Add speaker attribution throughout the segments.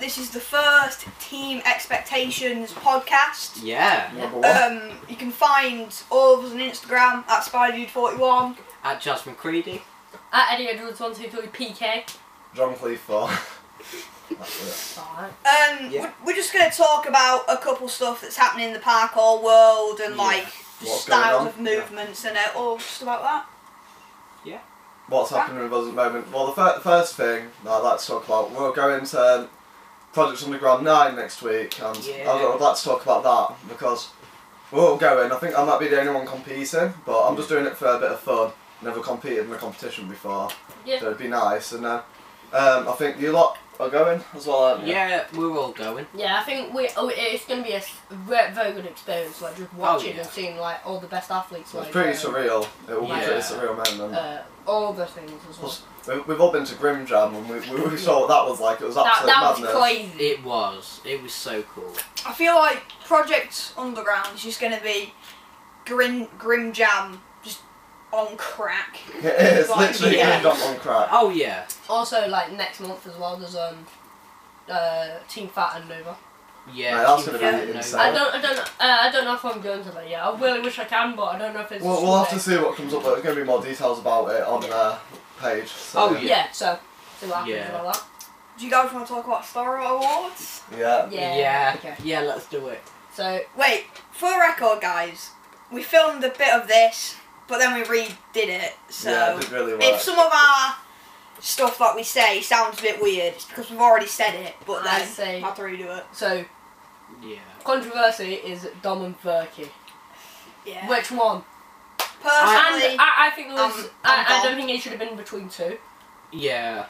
Speaker 1: This is the first Team Expectations podcast.
Speaker 2: Yeah,
Speaker 3: Number one.
Speaker 1: Um, you can find all of us on Instagram at SpiderDude41.
Speaker 2: at Jasmine Creedy.
Speaker 4: At Eddie Edwards one two three PK.
Speaker 3: John Cleef four. That's it.
Speaker 4: Alright.
Speaker 1: Um,
Speaker 2: Yeah.
Speaker 1: we're, we're just going to talk about a couple stuff that's happening in the parkour world and
Speaker 2: Yeah.
Speaker 1: like the
Speaker 3: What's going
Speaker 1: styles
Speaker 3: on?
Speaker 1: of movements and it, all just about that.
Speaker 3: What's happening with us at the moment? Well, the, fir- the first thing that I'd like to talk about, we're going to Project Underground 9 next week, and
Speaker 2: Yeah.
Speaker 3: I'd, I'd like to talk about that because we're all going. I think I might be the only one competing, but I'm just doing it for a bit of fun. Never competed in a competition before, so
Speaker 4: Yeah.
Speaker 3: it'd be nice. And uh, um, I think you lot are going as well, aren't you?
Speaker 2: Yeah, we're all going.
Speaker 4: Yeah, I think we oh, it's going to be a s- very, very good experience, like just watching
Speaker 2: yeah.
Speaker 4: and seeing like all the best athletes,
Speaker 3: So
Speaker 4: like
Speaker 3: Oh, it's pretty
Speaker 4: uh,
Speaker 3: surreal. It will
Speaker 2: Yeah.
Speaker 3: be pretty surreal, man. And
Speaker 4: uh, all the things as well.
Speaker 3: Plus, we- we've all been to Grim Jam, and we, we, we saw what that was like. It was absolute
Speaker 4: that
Speaker 3: madness.
Speaker 4: was crazy.
Speaker 2: It was. It was so cool.
Speaker 1: I feel like Project Underground is just going to be grim, grim jam, just on crack.
Speaker 3: It is
Speaker 1: Like,
Speaker 3: literally
Speaker 2: yeah.
Speaker 3: yeah. jump on crack.
Speaker 2: Oh yeah,
Speaker 4: Also, like next month as well, there's um uh Team Fat and Nova.
Speaker 2: yeah.
Speaker 3: Mate, that's
Speaker 2: she
Speaker 3: gonna
Speaker 1: be
Speaker 2: found it
Speaker 3: insane.
Speaker 2: nowhere.
Speaker 4: I don't, I don't, uh, I don't know if I'm going to that yet. I really wish I can, but I don't know if it's.
Speaker 3: We'll, we'll have to see what comes up. But there's going to be more details about it on their page. So,
Speaker 2: Oh,
Speaker 4: Yeah.
Speaker 2: Yeah.
Speaker 4: so see what happens
Speaker 2: Yeah.
Speaker 4: about that.
Speaker 1: Do you guys want to talk about Star Awards?
Speaker 3: yeah.
Speaker 4: Yeah.
Speaker 2: Yeah,
Speaker 4: Okay.
Speaker 2: yeah, let's do it.
Speaker 4: So
Speaker 1: Wait, for the record, guys, we filmed a bit of this, but then we redid it. So
Speaker 3: yeah, it did really work.
Speaker 1: if some of our stuff that we say sounds a bit weird, it's because we've already said it. But
Speaker 4: I
Speaker 1: then
Speaker 4: see.
Speaker 1: I have to redo it.
Speaker 4: so
Speaker 2: Yeah.
Speaker 4: controversy is Dom and Furky.
Speaker 1: Yeah.
Speaker 4: Which one?
Speaker 1: Personally,
Speaker 4: and I, I think there was,
Speaker 1: Um,
Speaker 4: I, I
Speaker 1: Dom.
Speaker 4: don't think it should have been between two.
Speaker 2: Yeah.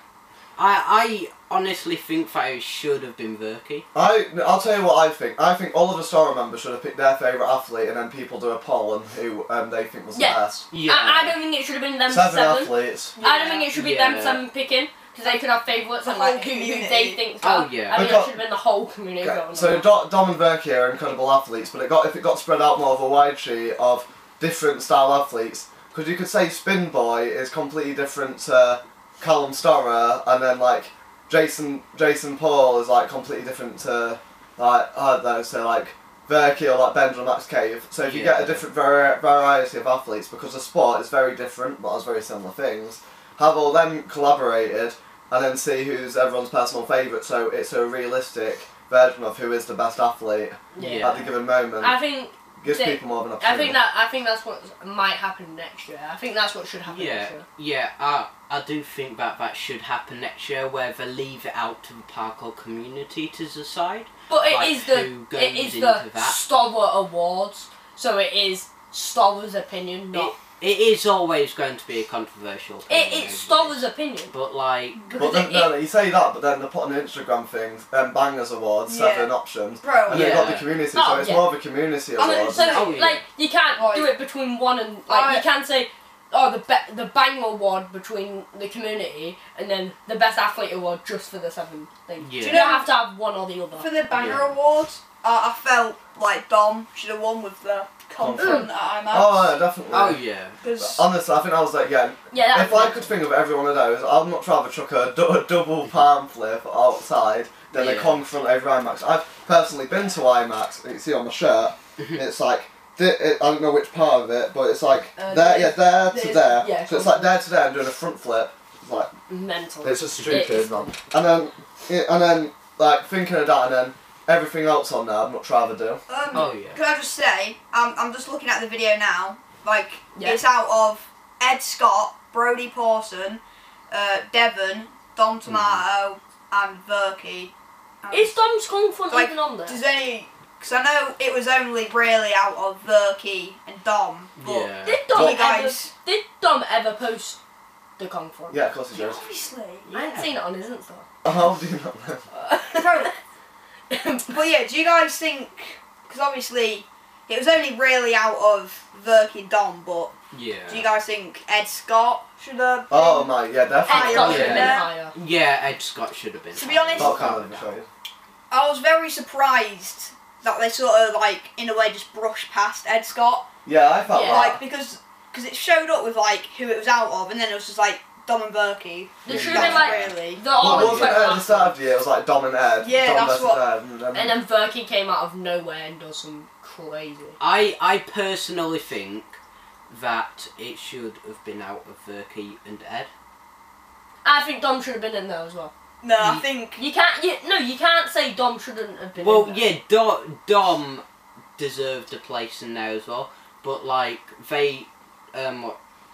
Speaker 2: I I honestly think that it should have been Verky.
Speaker 3: I, I'll tell you what I think. I think all of the Star members should have picked their favourite athlete, and then people do a poll on who um, they think was
Speaker 4: Yeah.
Speaker 3: the best.
Speaker 2: Yeah.
Speaker 4: I, I don't think it should have been them
Speaker 3: Seven,
Speaker 4: seven.
Speaker 3: athletes.
Speaker 4: I don't think it should be
Speaker 2: Yeah.
Speaker 4: them seven picking because they could have favourites
Speaker 1: The
Speaker 4: and
Speaker 1: whole
Speaker 4: like who, who
Speaker 1: community.
Speaker 4: they think.
Speaker 2: Oh, yeah.
Speaker 4: I think it
Speaker 3: Okay.
Speaker 4: should have been the whole community.
Speaker 3: Okay,
Speaker 4: voting
Speaker 3: So
Speaker 4: on
Speaker 3: Do- Dom and Verky are incredible athletes, but it got if it got spread out more of a wide sheet of different style athletes, because you could say Spin Boy is completely different to Callum Storer, and then like Jason Jason Paul is like completely different to like I don't know, so like Verky or like Benjamin Max Cave. So if you get
Speaker 2: Yeah.
Speaker 3: a different vari- variety of athletes, because the sport is very different, but has very similar things, have all them collaborated and then see who's everyone's personal favourite. So it's a realistic version of who is the best athlete
Speaker 4: it.
Speaker 2: Yeah.
Speaker 3: at the given moment.
Speaker 4: I think
Speaker 3: Gives
Speaker 4: they-
Speaker 3: people more of an
Speaker 4: I
Speaker 3: opportunity.
Speaker 4: think that I think that's what might happen next year. I think that's what should happen
Speaker 2: Yeah,
Speaker 4: next year.
Speaker 2: yeah, I, I do think that that should happen next year, where they leave it out to the parkour community to decide.
Speaker 4: But it
Speaker 2: Like,
Speaker 4: is
Speaker 2: who
Speaker 4: the
Speaker 2: goes
Speaker 4: it is
Speaker 2: into
Speaker 4: the
Speaker 2: that?
Speaker 4: Stover Awards, so it is Stover's opinion, not
Speaker 2: It is always going to be a controversial.
Speaker 4: it,
Speaker 2: opinion,
Speaker 4: it's
Speaker 2: isn't it?
Speaker 4: Stover's opinion.
Speaker 2: But like,
Speaker 3: But
Speaker 4: Because
Speaker 3: then,
Speaker 4: it,
Speaker 3: no, no, you say that, but then they put on the Instagram thing, um, Bangers Awards,
Speaker 1: Yeah.
Speaker 3: seven options,
Speaker 1: bro,
Speaker 3: and they've got
Speaker 2: Yeah.
Speaker 3: the community,
Speaker 4: Oh,
Speaker 3: so it's
Speaker 4: yeah.
Speaker 3: more of a community
Speaker 4: I mean,
Speaker 3: award.
Speaker 4: so
Speaker 2: Oh, yeah.
Speaker 4: like you can't
Speaker 1: Right.
Speaker 4: do it between one and like
Speaker 1: I-
Speaker 4: you can't say oh the be- the bang award between the community and then the best athlete award just for the seven thing.
Speaker 2: Yeah.
Speaker 4: You don't have to have one or the other.
Speaker 1: for the Banger
Speaker 2: Yeah.
Speaker 1: Awards, uh, I felt like Dom should have won with the confident that I'm at.
Speaker 3: oh, yeah, definitely.
Speaker 2: oh yeah,
Speaker 1: 'Cause-
Speaker 3: Honestly, I think I was like, yeah.
Speaker 4: yeah, that
Speaker 3: If I could think of every one of those, I'd much rather chuck a, du- a double palm flip outside than
Speaker 2: Yeah.
Speaker 3: a confront over IMAX. I've personally been to IMAX, and you see on my shirt, it's like thi- it, I don't know which part of it, but it's like
Speaker 4: Uh,
Speaker 3: there, yeah,
Speaker 4: there's-
Speaker 3: there to
Speaker 4: there's-
Speaker 3: there.
Speaker 4: yeah,
Speaker 3: so it's like there to there and doing a front flip. It's like
Speaker 4: mental.
Speaker 3: it's just
Speaker 4: stupid, It's-
Speaker 3: man. And then yeah, and then like thinking of that, and then everything else on there, I'd much rather do.
Speaker 1: Um,
Speaker 2: Oh, yeah.
Speaker 1: Could I just say, um, I'm just looking at the video now. Like,
Speaker 4: Yeah.
Speaker 1: it's out of Ed Scott, Brody Pawson, uh, Devon, Dom Tomato, and Verky. Um,
Speaker 4: Is Dom's confront
Speaker 1: Like,
Speaker 4: even on there?
Speaker 1: does any? Because I know it was only really out of Verky and Dom. But
Speaker 2: yeah.
Speaker 4: Did Dom
Speaker 1: Well,
Speaker 4: ever?
Speaker 1: guys-
Speaker 4: Did Dom ever post the confront?
Speaker 3: Yeah, of course it does.
Speaker 1: Obviously.
Speaker 4: I haven't seen it on his Insta.
Speaker 3: I'll do that. Then.
Speaker 1: Bro, but yeah, do you guys think? Because obviously, it was only really out of Verky and Dom. But do you
Speaker 2: yeah,
Speaker 1: guys think Ed Scott should have?
Speaker 3: Oh my, yeah, definitely.
Speaker 4: Ed Scott
Speaker 2: yeah.
Speaker 4: should have been
Speaker 1: Yeah.
Speaker 4: higher.
Speaker 2: yeah. Ed Scott should have been.
Speaker 1: To be honest-
Speaker 3: Not kind of, sorry.
Speaker 1: I was very surprised that they sort of like in a way just brushed past Ed Scott,
Speaker 3: Yeah, I felt
Speaker 4: Yeah.
Speaker 3: that.
Speaker 1: like because because it showed up with like who it was out of, and then it was just like Dom and Berkey.
Speaker 4: There
Speaker 2: Yeah,
Speaker 4: should have
Speaker 1: That's
Speaker 4: been like
Speaker 1: really.
Speaker 4: the
Speaker 3: Well, it
Speaker 4: old
Speaker 3: wasn't it at the start of the year, it was like Dom and Ed.
Speaker 1: Yeah,
Speaker 3: Dom
Speaker 1: that's
Speaker 3: versus
Speaker 1: what-
Speaker 3: Ed, and, then-
Speaker 4: and then Verky came out of nowhere and does some crazy.
Speaker 2: I I personally think that it should have been out of Verkey and Ed.
Speaker 4: I think Dom should have been in there as well.
Speaker 1: No, I
Speaker 2: Mm.
Speaker 1: think.
Speaker 4: You can't. You, no, you can't say Dom shouldn't have been.
Speaker 2: Well,
Speaker 4: in there.
Speaker 2: yeah, Dom, Dom deserved a place in there as well, but like they, um,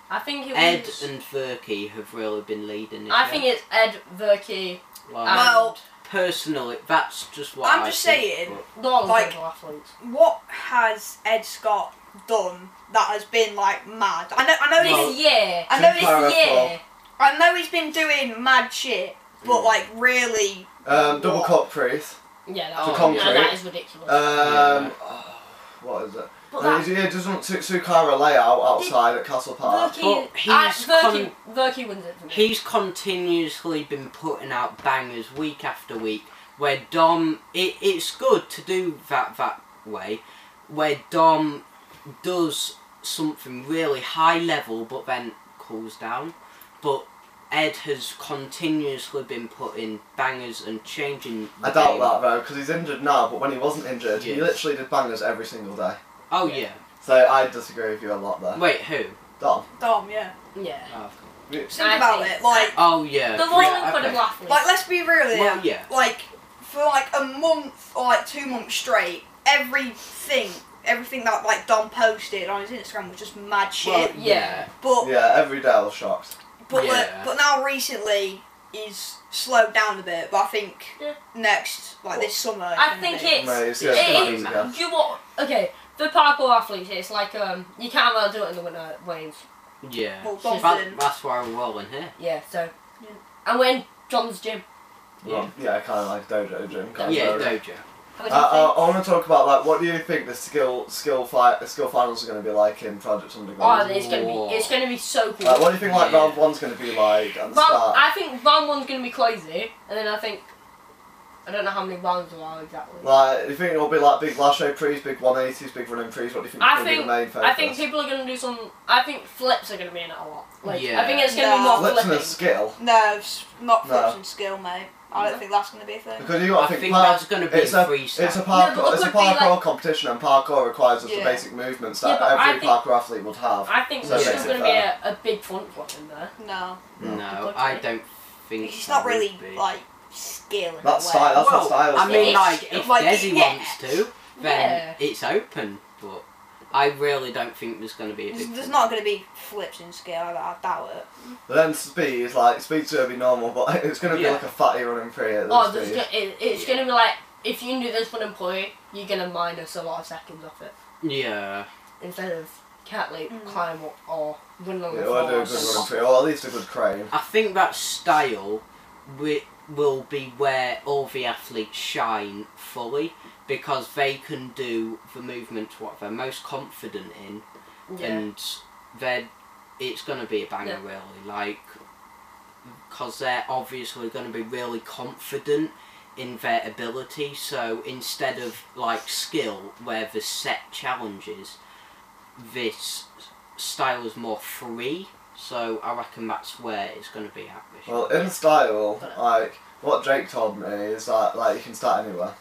Speaker 4: I think it
Speaker 2: Ed
Speaker 4: was.
Speaker 2: and Verkey have really been leading. this
Speaker 4: I
Speaker 2: year.
Speaker 4: think Uh, it's Ed Verky.
Speaker 2: Like,
Speaker 1: Um, Well,
Speaker 4: and
Speaker 2: personally, that's just what
Speaker 1: I'm
Speaker 2: I
Speaker 1: just
Speaker 2: think,
Speaker 1: saying,
Speaker 2: but-
Speaker 4: Dom
Speaker 1: like-
Speaker 4: like, athletes.
Speaker 1: What has Ed Scott done that has been like mad? I know. I know.
Speaker 2: Well,
Speaker 1: he's,
Speaker 4: This year.
Speaker 1: I know.
Speaker 3: Tim
Speaker 1: He's,
Speaker 3: Parra-
Speaker 4: This year.
Speaker 1: I know he's been doing mad shit, but
Speaker 2: Mm.
Speaker 1: like really.
Speaker 3: um, double cup priest.
Speaker 4: Yeah, that,
Speaker 2: To Uh,
Speaker 4: oh,
Speaker 2: concrete.
Speaker 4: yeah, that is ridiculous.
Speaker 3: Um, oh, what is it?
Speaker 4: but
Speaker 3: No,
Speaker 4: that,
Speaker 3: he, he doesn't su- Sukara layout outside at Castle Park.
Speaker 4: Verky,
Speaker 2: But
Speaker 4: I,
Speaker 2: he's
Speaker 4: Verky, Verky wins it for me.
Speaker 2: He's continuously been putting out bangers week after week. Where Dom, it, it's good to do that that way. Where Dom does something really high level, but then cools down. But Ed has continuously been putting bangers and changing. the
Speaker 3: I doubt
Speaker 2: game.
Speaker 3: that though, because he's injured now, but when he wasn't injured, he
Speaker 2: Yes.
Speaker 3: literally did bangers every single day.
Speaker 2: Oh yeah.
Speaker 3: So I disagree with you a lot there.
Speaker 2: Wait, who?
Speaker 3: Dom.
Speaker 1: Dom, yeah.
Speaker 4: yeah.
Speaker 2: Oh,
Speaker 1: Think
Speaker 4: I
Speaker 1: about
Speaker 4: think-
Speaker 1: it. Like,
Speaker 2: oh yeah.
Speaker 4: The
Speaker 2: yeah,
Speaker 4: Royal Incredible
Speaker 2: okay.
Speaker 4: Athletes.
Speaker 1: like let's be real here.
Speaker 2: Well, yeah.
Speaker 1: like for like a month or like two months straight, everything everything that like Dom posted on his Instagram was just mad
Speaker 2: Well,
Speaker 1: shit.
Speaker 2: yeah.
Speaker 1: but
Speaker 3: Yeah, every day I was shocked.
Speaker 1: but like,
Speaker 2: yeah.
Speaker 1: but now recently he's slowed down a bit. But I think
Speaker 4: Yeah.
Speaker 1: next like this summer. it's
Speaker 4: I
Speaker 1: gonna
Speaker 4: think
Speaker 1: be-
Speaker 4: it- It's-
Speaker 3: Amazing.
Speaker 2: it's
Speaker 3: Yeah,
Speaker 2: amazing.
Speaker 3: yeah.
Speaker 4: you what? Okay, for parkour athletes, it's like um, you can't really do it in the winter waves.
Speaker 2: Yeah.
Speaker 1: Well, Dom
Speaker 2: That-
Speaker 1: didn't.
Speaker 2: that's why we're rolling here.
Speaker 4: Yeah, so.
Speaker 1: Yeah.
Speaker 4: And when John's gym.
Speaker 2: Yeah.
Speaker 3: Well, yeah, kind of like dojo gym. Kind
Speaker 2: Yeah,
Speaker 3: of dojo.
Speaker 2: Dojo.
Speaker 4: Have a
Speaker 3: Uh, uh,
Speaker 4: good
Speaker 3: I want to talk about like what do you think the skill skill fight skill finals are going to be like in Project
Speaker 4: Oh,
Speaker 3: Underground?
Speaker 4: it's gonna be it's gonna be so cool.
Speaker 3: like, what do you think like
Speaker 2: Yeah.
Speaker 3: round one's going to be like at the
Speaker 4: Round-
Speaker 3: start?
Speaker 4: I think round one's gonna be crazy, and then I think I don't know how many rounds there are exactly.
Speaker 3: Like, do you think it'll be like big lasso prees, big 180s, big running prees? What do you think
Speaker 4: I
Speaker 3: will be the
Speaker 4: think-
Speaker 3: main focus?
Speaker 4: I think people are gonna do some. I think flips are gonna be in it a lot. Like
Speaker 2: Yeah.
Speaker 4: I think it's gonna
Speaker 1: No.
Speaker 4: be more
Speaker 3: Flips and a
Speaker 4: flipping.
Speaker 3: skill.
Speaker 1: No, it's not
Speaker 3: No.
Speaker 1: flips and skill, mate. I don't
Speaker 4: No.
Speaker 1: think that's gonna be a thing.
Speaker 3: Because you got
Speaker 2: I
Speaker 3: to think,
Speaker 2: think
Speaker 3: par-
Speaker 2: that's going to be
Speaker 3: it's a-
Speaker 2: freestyle.
Speaker 3: It's a
Speaker 4: but
Speaker 3: parkour.
Speaker 4: it
Speaker 3: it's a
Speaker 4: could be, like-
Speaker 3: parkour competition, and parkour requires us the
Speaker 1: Yeah.
Speaker 3: basic movements
Speaker 4: Yeah,
Speaker 3: that
Speaker 4: but I
Speaker 3: every
Speaker 4: think-
Speaker 3: parkour athlete would have.
Speaker 4: I think
Speaker 3: So
Speaker 4: there's
Speaker 2: it
Speaker 4: still
Speaker 2: makes
Speaker 3: it
Speaker 4: gonna be a, a big front flip in there.
Speaker 1: No,
Speaker 2: No,
Speaker 4: Okay.
Speaker 2: I don't think.
Speaker 1: it's
Speaker 2: that
Speaker 1: not
Speaker 2: would
Speaker 1: really
Speaker 2: be.
Speaker 1: like skill. in
Speaker 3: That's
Speaker 1: a way.
Speaker 3: style. That's
Speaker 2: well,
Speaker 3: what style.
Speaker 2: I mean,
Speaker 4: It's-
Speaker 2: like if
Speaker 1: like,
Speaker 2: Desi
Speaker 1: yeah.
Speaker 2: wants to, then it's open. But I really don't think there's going to be a
Speaker 1: There's,
Speaker 2: big.
Speaker 1: there's not gonna be flips and skill. I, I doubt it.
Speaker 3: But then speed is like speed's gonna be normal, but it's gonna be
Speaker 2: Yeah.
Speaker 3: like a fatty running pre at
Speaker 4: Oh,
Speaker 3: this
Speaker 4: there's
Speaker 3: speed.
Speaker 4: go- it, it's
Speaker 2: Yeah.
Speaker 4: gonna be like if you can do this one employee, you're gonna minus a lot of seconds off it
Speaker 2: Yeah,
Speaker 4: instead of cat leap,
Speaker 1: Mm.
Speaker 4: climb or, or run on
Speaker 3: Yeah,
Speaker 4: the
Speaker 3: we'll
Speaker 4: floor.
Speaker 3: do a
Speaker 4: or
Speaker 3: good
Speaker 4: something.
Speaker 3: running pre, or at least a good crane.
Speaker 2: I think that style wi- will be where all the athletes shine fully because they can do the movements what they're most confident in,
Speaker 4: Yeah.
Speaker 2: and they're it's going to be a banger
Speaker 4: Yeah.
Speaker 2: really like because they're obviously going to be really confident in their ability so instead of like skill where the set challenges this style is more free so i reckon that's where it's going to be at this
Speaker 3: Well,
Speaker 2: year.
Speaker 3: in style, like what Drake told me is that like you can start anywhere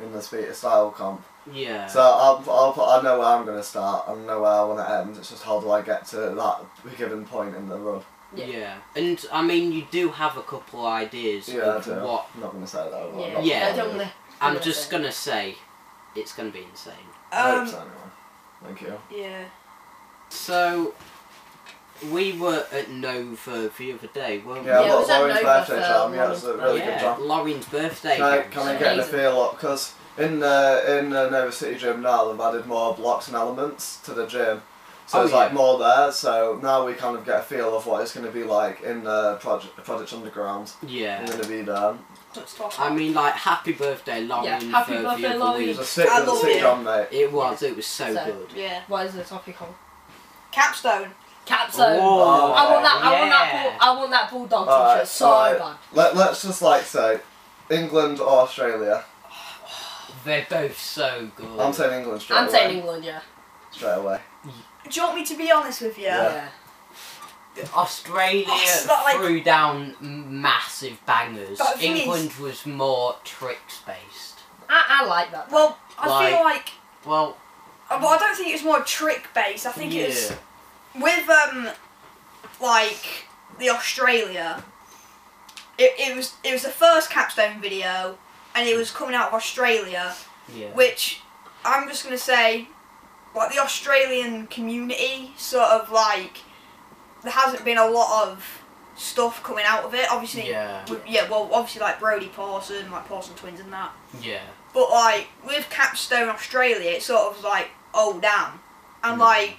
Speaker 3: in the speed style comp.
Speaker 2: yeah
Speaker 3: So I'll, I'll put, I know where I'm gonna start. I know where I want to end. It's just how do I get to that given point in the run?
Speaker 2: yeah.
Speaker 4: Yeah.
Speaker 2: and I mean you do have a couple ideas
Speaker 3: Yeah, I
Speaker 2: of
Speaker 3: do.
Speaker 2: what.
Speaker 3: I'm not gonna say that. I'm
Speaker 4: Yeah.
Speaker 3: not
Speaker 2: Yeah.
Speaker 4: I don't wanna-
Speaker 2: I'm
Speaker 4: Yeah.
Speaker 2: just gonna say, it's gonna be insane.
Speaker 3: I hope
Speaker 1: Um,
Speaker 3: so, anyway. Thank
Speaker 4: Um,
Speaker 3: you.
Speaker 1: yeah.
Speaker 2: So, we were at Nova the other day, weren't
Speaker 3: Yeah,
Speaker 4: Yeah,
Speaker 2: we?
Speaker 4: it
Speaker 3: yeah
Speaker 4: was at
Speaker 3: Lauren's
Speaker 4: Nova
Speaker 3: birthday
Speaker 4: for
Speaker 3: jam. Yeah, it's a
Speaker 4: Lauren's
Speaker 3: really
Speaker 2: yeah.
Speaker 3: good jam.
Speaker 2: Lauren's birthday.
Speaker 3: Can I,
Speaker 2: jam,
Speaker 3: can I
Speaker 2: so-
Speaker 3: get the
Speaker 4: Amazing.
Speaker 3: feel up? Because in the in the Nova City gym now, they've added more blocks and elements to the gym, so
Speaker 2: Oh,
Speaker 3: it's like
Speaker 2: yeah.
Speaker 3: more there. So now we kind of get a feel of what it's going to be like in the project Project Underground. I'm
Speaker 2: Yeah.
Speaker 3: going to be there.
Speaker 1: Let's talk
Speaker 2: I mean, like, happy birthday, Lauren.
Speaker 4: Yeah, happy
Speaker 2: for
Speaker 4: birthday,
Speaker 2: the other
Speaker 4: Lauren.
Speaker 3: It was
Speaker 2: week.
Speaker 3: a sick,
Speaker 1: I
Speaker 3: it was a
Speaker 1: love
Speaker 3: sick
Speaker 1: it.
Speaker 3: jam, mate.
Speaker 2: It was, it was so,
Speaker 4: So-
Speaker 2: good.
Speaker 1: yeah.
Speaker 4: What is the topic called?
Speaker 1: Capstone.
Speaker 4: Capstone.
Speaker 2: Oh,
Speaker 4: I want that. I want
Speaker 2: yeah.
Speaker 4: that. Bull, I want that bulldog
Speaker 3: Alright,
Speaker 4: t-shirt so
Speaker 3: alright.
Speaker 4: bad.
Speaker 3: Let Let's just like say, England or Australia.
Speaker 2: They're both so good.
Speaker 3: I'm saying England straight
Speaker 4: I'm
Speaker 3: away.
Speaker 4: saying England, yeah.
Speaker 3: straight away.
Speaker 1: Do you want me to be honest with you?
Speaker 3: Yeah.
Speaker 4: Yeah.
Speaker 2: Australia
Speaker 1: Oh, it's not like-
Speaker 2: threw down massive bangers.
Speaker 1: But the thing is-
Speaker 2: England was more tricks based.
Speaker 4: I, I like
Speaker 2: Oh,
Speaker 4: that.
Speaker 1: Well, I feel like,
Speaker 2: Well,
Speaker 1: uh, well, I don't think it was more trick based. I think
Speaker 2: yeah.
Speaker 1: it was with um, like the Australia. It, it was it was the first capstone video, and it was coming out of Australia,
Speaker 2: yeah.
Speaker 1: which I'm just gonna say, like the Australian community, sort of like there hasn't been a lot of stuff coming out of it. Obviously,
Speaker 2: Yeah.
Speaker 1: with- yeah. Well, obviously like Brody Parson, like Parson twins and that.
Speaker 2: Yeah.
Speaker 1: But like with Capstone Australia, it's sort of like oh damn, and
Speaker 2: Mm.
Speaker 1: like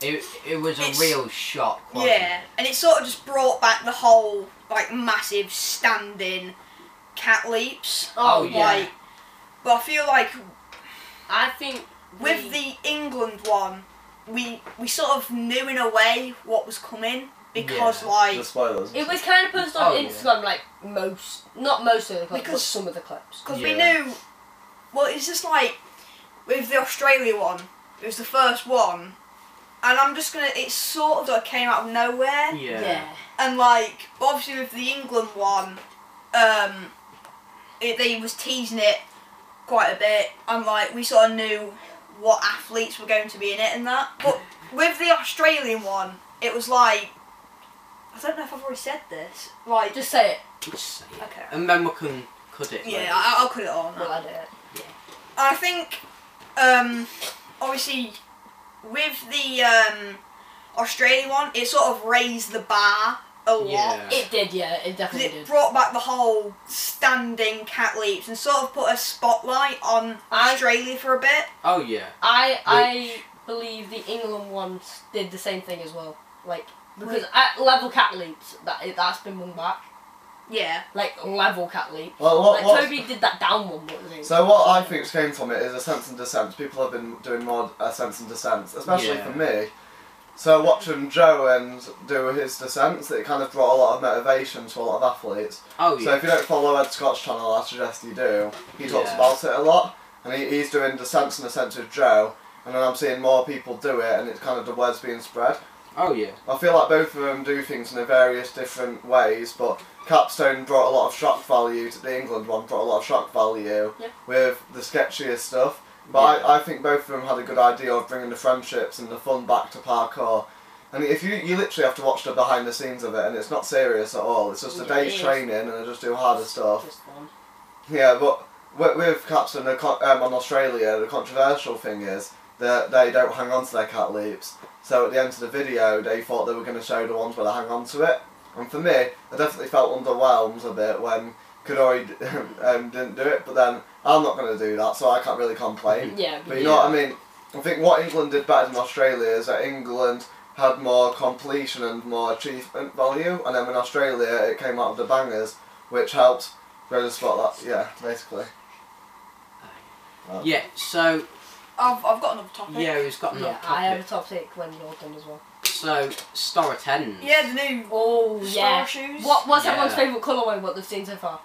Speaker 2: It, it was a
Speaker 1: It's-
Speaker 2: real shock. Wasn't
Speaker 1: yeah, and it sort of just brought back the whole like massive standing cat leaps.
Speaker 2: Oh, yeah.
Speaker 1: Like, but I feel like
Speaker 4: I think
Speaker 1: with the England one, we we sort of knew in a way what was coming because
Speaker 2: Yeah.
Speaker 1: like
Speaker 3: The spoilers.
Speaker 4: It was kind of posted on
Speaker 2: Oh, yeah.
Speaker 4: Instagram, like most, not most of the clips, but
Speaker 1: Because-
Speaker 4: some of the clips.
Speaker 1: Because we
Speaker 2: Yeah.
Speaker 1: knew. Well, it's just like with the Australia one. It was the first one, and I'm just gonna. It sort of like came out of nowhere,
Speaker 2: it? Yeah.
Speaker 1: and like obviously with the England one, um, it, they was teasing it quite a bit, and like we sort of knew what athletes were going to be in it and that. But with the Australian one, it was like. I don't know if I've already said this. Like,
Speaker 4: Just say it.
Speaker 2: Just say it.
Speaker 1: Okay.
Speaker 2: And then we can cut it.
Speaker 1: yeah,
Speaker 2: later.
Speaker 1: I, I'll cut it on.
Speaker 4: Well, I did it.
Speaker 1: I think, um, obviously, with the um, Australia one, it sort of raised the bar a lot.
Speaker 2: Yeah.
Speaker 4: It did, yeah. It
Speaker 1: 'Cause
Speaker 4: definitely
Speaker 1: It
Speaker 4: did.
Speaker 1: brought back the whole standing cat leaps and sort of put a spotlight on
Speaker 4: I-
Speaker 1: Australia for a bit.
Speaker 2: Oh yeah.
Speaker 4: I I believe the England ones did the same thing as well. Like because at level cat leaps, that that's been one back.
Speaker 1: Yeah.
Speaker 4: Like level cat leap.
Speaker 3: Well, what,
Speaker 4: Like
Speaker 3: what,
Speaker 4: Toby did that down one, but it was-
Speaker 3: So what I think came from it is ascents and descents. People have been doing more ascents and descents, especially
Speaker 2: Yeah.
Speaker 3: for me. So watching Joe and do his descents, it kind of brought a lot of motivation to a lot of athletes.
Speaker 2: Oh yeah.
Speaker 3: So if you don't follow Ed Scott's channel, I suggest you do. He talks
Speaker 2: Yeah.
Speaker 3: about it a lot, and he, he's doing descents and ascents with Joe. And then I'm seeing more people do it, and it's kind of the word's being spread.
Speaker 2: oh yeah.
Speaker 3: I feel like both of them do things in their various different ways, but Capstone brought a lot of shock value to the England one, brought a lot of shock value
Speaker 4: Yeah.
Speaker 3: with the sketchier stuff. But I, I think both of them had a good idea of bringing the friendships and the fun back to parkour. And if you, you literally have to watch the behind the scenes of it, and it's not serious at all. It's just a
Speaker 4: Yeah, it
Speaker 3: day's
Speaker 4: is.
Speaker 3: training, and they just do harder stuff.
Speaker 4: Just one.
Speaker 3: Yeah, but with, with Capson the con- um, on Australia, the controversial thing is that they don't hang on to their cat leaps. So at the end of the video, they thought they were going to show the ones where they hang on to it. And for me, I definitely felt underwhelmed a bit when Kadori d- um, didn't do it. But then I'm not going to do that, so I can't really complain.
Speaker 4: Yeah.
Speaker 3: But you know what I mean? I think what England did better than Australia is that England had more completion and more achievement value, and then in Australia it came out of the bangers, which helped grow the spotlight. Yeah, basically.
Speaker 2: Yeah. So
Speaker 1: I've, I've got another topic.
Speaker 2: yeah, we've got another
Speaker 4: Yeah, I have a
Speaker 2: topic.
Speaker 4: top take when you're done as well.
Speaker 2: So star attendance.
Speaker 1: Yeah, the new
Speaker 4: Oh
Speaker 1: Star
Speaker 4: yeah.
Speaker 1: shoes.
Speaker 4: What what's
Speaker 2: Yeah.
Speaker 4: everyone's favourite colourway? What they've seen so far?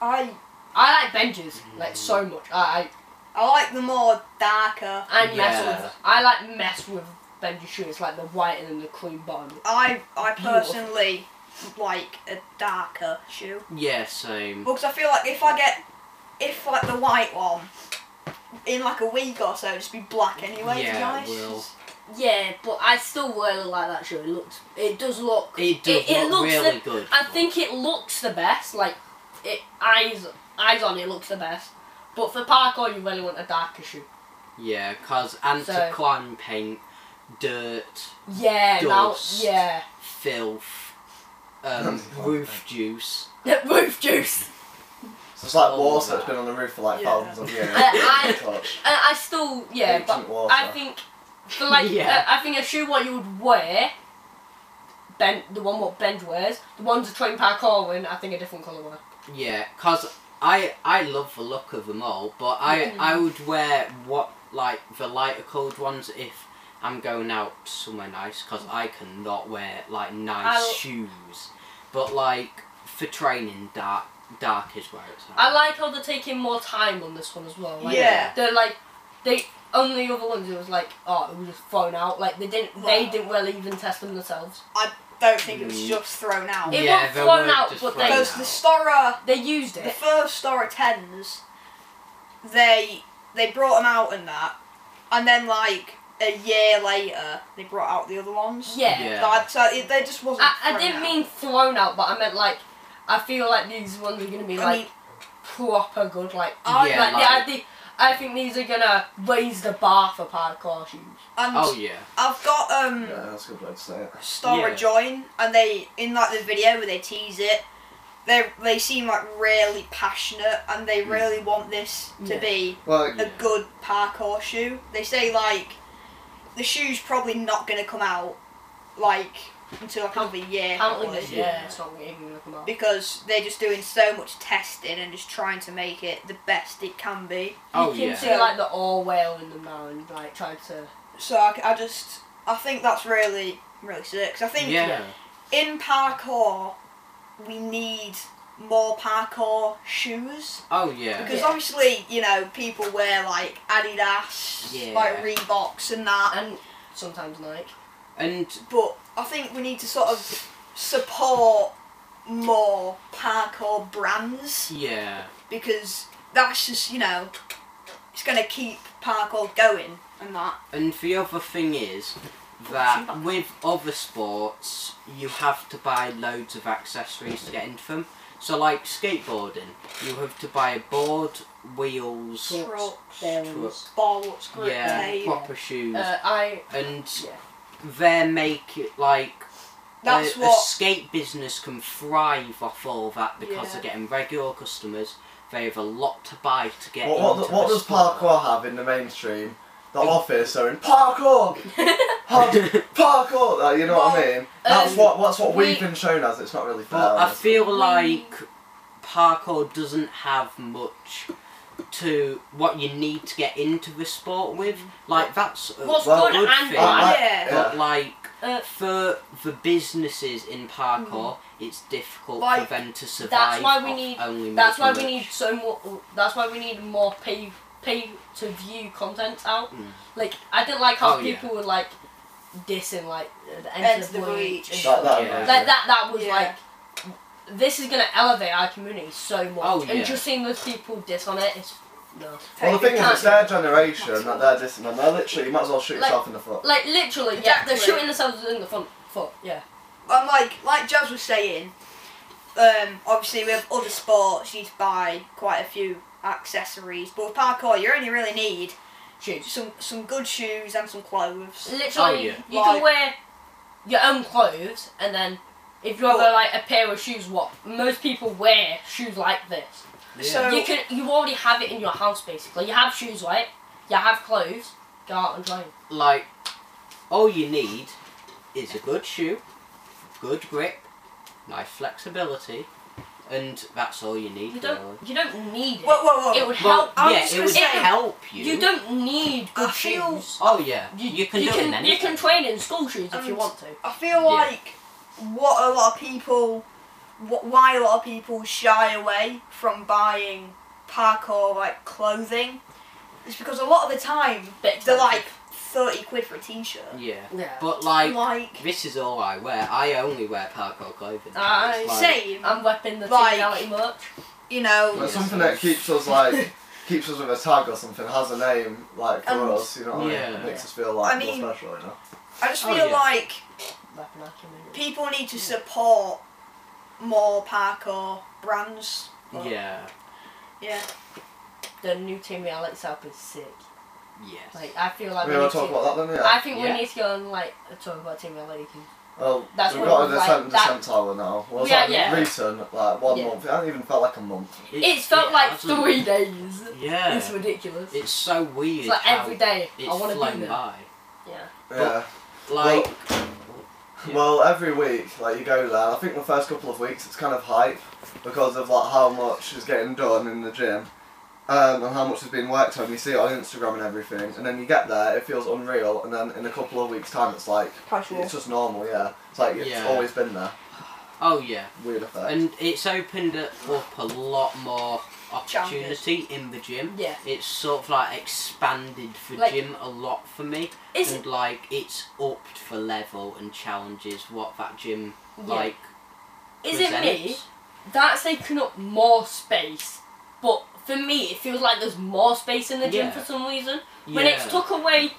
Speaker 1: I
Speaker 4: I like Benji's like so much. I
Speaker 1: I like the more darker.
Speaker 4: I, I mess
Speaker 2: Yeah.
Speaker 4: with I like mess with Benji's shoes like the white and then the cream bottom.
Speaker 1: I I
Speaker 4: Beautiful.
Speaker 1: personally like a darker shoe.
Speaker 2: Yeah. Same.
Speaker 1: Because I feel like if I get, if like the white one, in like a week or so, it'll just be black anyway. to be
Speaker 2: Yeah, it
Speaker 1: honest.
Speaker 2: will.
Speaker 4: Yeah, but I still really like that shoe. It looks it does look.
Speaker 2: It does
Speaker 4: It- it
Speaker 2: look
Speaker 4: looks
Speaker 2: really
Speaker 4: like-
Speaker 2: good.
Speaker 4: I think it looks the best. Like it eyes eyes on it looks the best. But for parkour, you really want a darker shoe.
Speaker 2: Yeah, cause anticline paint, dirt,
Speaker 4: Yeah, now
Speaker 2: Dust.
Speaker 4: yeah.
Speaker 2: filth, um,
Speaker 3: Anticline
Speaker 2: roof juice.
Speaker 4: Roof juice.
Speaker 3: So it's like
Speaker 2: Oh,
Speaker 3: water
Speaker 2: that.
Speaker 3: that's been on the roof for like
Speaker 1: Yeah.
Speaker 3: thousands of years.
Speaker 4: I-
Speaker 3: Touch.
Speaker 4: Uh, I still yeah, but
Speaker 3: Ancient water.
Speaker 4: I think for like
Speaker 2: Yeah.
Speaker 4: uh, I think a shoe what you would wear. Ben, the one what Benj wears, the ones a train parkour in, I think a different colour one.
Speaker 2: Yeah, cause I I love the look of them all, but I
Speaker 4: Mm.
Speaker 2: I would wear what like the lighter coloured ones if I'm going out somewhere nice, cause I cannot wear like nice
Speaker 4: I'll-
Speaker 2: shoes. But like for training, dark dark is where it's at.
Speaker 4: I like how they're taking more time on this one as well. Like,
Speaker 1: Yeah.
Speaker 4: They're like, they only other ones who was like, oh, it was just thrown out. Like they didn't, they
Speaker 1: Wow.
Speaker 4: didn't really even test them themselves.
Speaker 1: Don't think it was
Speaker 2: Mm.
Speaker 1: just thrown out.
Speaker 4: It
Speaker 2: Yeah,
Speaker 4: wasn't
Speaker 2: they
Speaker 4: thrown
Speaker 2: were
Speaker 4: out,
Speaker 2: just
Speaker 4: but
Speaker 2: thrown
Speaker 4: they-
Speaker 1: Because the
Speaker 2: out.
Speaker 1: Stora
Speaker 4: They used
Speaker 1: The
Speaker 4: it.
Speaker 1: first Star tens, they they brought them out and that, and then like a year later they brought out the other ones.
Speaker 4: Yeah.
Speaker 2: Yeah.
Speaker 1: So, I, so it, they just wasn't.
Speaker 4: I, I
Speaker 1: thrown
Speaker 4: didn't
Speaker 1: out.
Speaker 4: mean thrown out, but I meant like, I feel like these ones are gonna be
Speaker 1: I
Speaker 4: like
Speaker 1: mean,
Speaker 4: proper good. Like,
Speaker 1: I
Speaker 2: Yeah,
Speaker 4: like,
Speaker 2: like-
Speaker 4: I think I think these are gonna raise the bar for parkour shoes.
Speaker 1: and
Speaker 2: Oh yeah.
Speaker 1: I've got um
Speaker 3: Yeah, that's a good way to say it.
Speaker 1: Stora
Speaker 2: Yeah.
Speaker 1: join, and they in like the video where they tease it, they they seem like really passionate and they
Speaker 2: Mm.
Speaker 1: really want this to
Speaker 4: Yeah.
Speaker 1: be
Speaker 3: Like,
Speaker 1: a good parkour shoe. They say like the shoe's probably not gonna come out like until like
Speaker 4: How-
Speaker 1: another year
Speaker 4: I don't think
Speaker 1: probably,
Speaker 4: this
Speaker 2: Yeah.
Speaker 4: yeah, it's not even gonna come out.
Speaker 1: because they're just doing so much testing and just trying to make it the best it can be.
Speaker 2: Oh
Speaker 4: you can
Speaker 2: yeah.
Speaker 4: see like the all whale in them now and like try to
Speaker 1: So I, c- I just I think that's really really sick. 'Cause I think
Speaker 2: Yeah.
Speaker 1: in parkour we need more parkour shoes
Speaker 2: Oh yeah.
Speaker 1: because
Speaker 4: Yeah.
Speaker 1: obviously you know people wear like Adidas,
Speaker 2: Yeah.
Speaker 1: like Reeboks and that.
Speaker 4: and sometimes Nike.
Speaker 2: And
Speaker 1: but I think we need to sort of support more parkour brands
Speaker 2: yeah.
Speaker 1: because that's just you know it's going to keep parkour going and that.
Speaker 2: And the other thing is that with other sports, you have to buy loads of accessories to get into them. So, like skateboarding, you have to buy a board, wheels,
Speaker 4: Sure.
Speaker 1: Trucks,
Speaker 4: Bearings.
Speaker 1: balls, grip
Speaker 2: yeah,
Speaker 1: tape.
Speaker 2: proper shoes,
Speaker 4: Uh, I
Speaker 2: and
Speaker 4: yeah.
Speaker 2: they make it like
Speaker 1: That's
Speaker 2: a, a
Speaker 1: what.
Speaker 2: skate business can thrive off all that because
Speaker 1: Yeah.
Speaker 2: they're getting regular customers. They have a lot to buy to get
Speaker 3: what, what,
Speaker 2: into
Speaker 3: what
Speaker 2: the
Speaker 3: does
Speaker 2: sport.
Speaker 3: parkour have in the mainstream? The office are in parkour, hub, parkour. Like, you know what I mean? That's
Speaker 4: um,
Speaker 3: what that's what we've
Speaker 4: we-
Speaker 3: been shown as. It's not really fair.
Speaker 2: But I
Speaker 3: is it?
Speaker 2: feel
Speaker 4: When-
Speaker 2: like parkour doesn't have much to what you need to get into the sport with. Like that's a
Speaker 4: What's
Speaker 3: Well,
Speaker 4: good
Speaker 2: good
Speaker 4: and
Speaker 2: thing,
Speaker 4: bad.
Speaker 1: yeah.
Speaker 2: but like
Speaker 4: Uh, Mm.
Speaker 2: for the businesses in parkour, it's difficult
Speaker 1: Like,
Speaker 2: for them to survive.
Speaker 4: why we
Speaker 2: off
Speaker 4: need-
Speaker 2: Only
Speaker 4: That's why
Speaker 2: making
Speaker 4: we
Speaker 2: rich.
Speaker 4: need so more. That's why we need more pay pay to view content out.
Speaker 2: Mm.
Speaker 4: Like I didn't like how
Speaker 2: Oh, yeah.
Speaker 4: people were like dissing like the end
Speaker 1: Enter
Speaker 4: of the
Speaker 1: the
Speaker 4: breach.
Speaker 1: breach.
Speaker 4: and
Speaker 3: that,
Speaker 4: stuff.
Speaker 3: that,
Speaker 2: Yeah.
Speaker 4: Like that. That was
Speaker 1: Yeah.
Speaker 4: like this is gonna elevate our community so much.
Speaker 2: Oh, yeah.
Speaker 4: And just seeing those people diss on it is no.
Speaker 3: Well, the
Speaker 1: Tape.
Speaker 3: thing is, it's their generation that
Speaker 1: Maximum.
Speaker 3: they're dissing, and they're literally, you might as well shoot
Speaker 4: Like-
Speaker 3: yourself in the foot.
Speaker 4: Like literally, yeah. They're
Speaker 1: Exactly.
Speaker 4: shooting themselves in the front foot. Yeah.
Speaker 1: And like like Jazz was saying, um, obviously with other sports you need to buy quite a few accessories, but with parkour you only really need
Speaker 4: Shoes.
Speaker 1: some some good shoes and some clothes.
Speaker 4: Literally,
Speaker 2: Oh, yeah.
Speaker 4: you
Speaker 1: Like-
Speaker 4: can wear your own clothes, and then if you have
Speaker 1: Well-
Speaker 4: a, like a pair of shoes, what most people wear shoes like this.
Speaker 1: So-
Speaker 4: You can you already have it in your house basically. You have shoes, right? You have clothes. Go out and train.
Speaker 2: like all you need is a good shoe, good grip, nice flexibility, and that's all you need.
Speaker 4: You don't
Speaker 2: really.
Speaker 4: you don't need it.
Speaker 1: Whoa whoa whoa!
Speaker 4: it would
Speaker 2: Well,
Speaker 4: help.
Speaker 1: I was
Speaker 2: yeah,
Speaker 1: just
Speaker 2: it
Speaker 1: gonna
Speaker 2: would
Speaker 1: say-
Speaker 2: help you.
Speaker 4: You don't need
Speaker 1: I
Speaker 4: good
Speaker 1: feel-
Speaker 4: shoes.
Speaker 2: Oh yeah, you, can do it in
Speaker 4: you can
Speaker 2: anything.
Speaker 4: train in school shoes if you
Speaker 1: And-
Speaker 4: want to.
Speaker 1: I feel like what a lot of people, wh- why a lot of people shy away from buying parkour like clothing, is because a lot of the time
Speaker 4: Bit
Speaker 1: they're
Speaker 4: expensive.
Speaker 1: like thirty quid for a t-shirt.
Speaker 2: Yeah,
Speaker 4: Yeah.
Speaker 2: but
Speaker 1: Like,
Speaker 2: like this is all I wear. I only wear parkour clothing.
Speaker 4: I
Speaker 2: It's like-
Speaker 1: same,
Speaker 4: I'm wepping the
Speaker 1: Like-
Speaker 4: like, reality merch.
Speaker 1: you
Speaker 3: But
Speaker 1: know.
Speaker 2: Yes.
Speaker 3: something that keeps us like keeps us with a tag or something has a name like for
Speaker 1: And-
Speaker 3: us, you know what I mean?
Speaker 2: Yeah.
Speaker 3: It makes us feel like
Speaker 1: I mean-
Speaker 3: more special, you know.
Speaker 1: I just
Speaker 2: Oh,
Speaker 1: feel
Speaker 2: yeah.
Speaker 1: like
Speaker 4: Weapon our community.
Speaker 1: people need to support more parkour brands.
Speaker 2: Yeah.
Speaker 1: Yeah.
Speaker 4: The new team reality setup is sick.
Speaker 2: Yes.
Speaker 4: Like I feel like
Speaker 3: we
Speaker 4: we,
Speaker 3: want
Speaker 4: need
Speaker 3: to talk
Speaker 4: to-
Speaker 3: about that then, yeah.
Speaker 4: I think
Speaker 2: Yeah.
Speaker 4: we need to go on like a talk about team reality. 'cause
Speaker 3: well,
Speaker 4: that's
Speaker 3: we've
Speaker 4: what
Speaker 3: got
Speaker 4: it
Speaker 3: an
Speaker 4: was
Speaker 3: ascent
Speaker 4: like,
Speaker 3: descent tower now. Well, it's
Speaker 4: Yeah,
Speaker 3: like
Speaker 4: yeah.
Speaker 3: recent, like one
Speaker 4: Yeah.
Speaker 3: month. It hasn't even felt like a month.
Speaker 2: It-
Speaker 4: It's felt
Speaker 2: it
Speaker 4: like
Speaker 2: hasn't-
Speaker 4: three days.
Speaker 2: Yeah.
Speaker 4: It's
Speaker 2: It's,
Speaker 4: ridiculous.
Speaker 2: so weird.
Speaker 4: It's like
Speaker 2: how
Speaker 4: every day
Speaker 2: It's
Speaker 4: I want to
Speaker 2: flown
Speaker 4: do that.
Speaker 2: by.
Speaker 4: Yeah.
Speaker 3: Yeah.
Speaker 2: Like Yeah.
Speaker 3: Well, every week, like you go there, I think the first couple of weeks it's kind of hype because of like how much is getting done in the gym um, and how much has been worked on. You see it on Instagram and everything, and then you get there, it feels unreal, and then in a couple of weeks' time, it's like it's just normal. Yeah, it's like it's
Speaker 2: Yeah.
Speaker 3: always been there.
Speaker 2: oh yeah.
Speaker 3: Weird effect.
Speaker 2: And it's opened it up a lot more opportunity in the gym.
Speaker 4: Yeah.
Speaker 2: It's sort of like expanded for
Speaker 4: Like-
Speaker 2: gym a lot for me,
Speaker 4: Is
Speaker 2: and like it's upped for level and challenges what that gym
Speaker 4: Yeah.
Speaker 2: like.
Speaker 4: Is it me
Speaker 2: presents.
Speaker 4: that's taken up more space? But for me, it feels like there's more space in the gym
Speaker 2: Yeah.
Speaker 4: for some reason. When it's
Speaker 2: Yeah.
Speaker 4: took away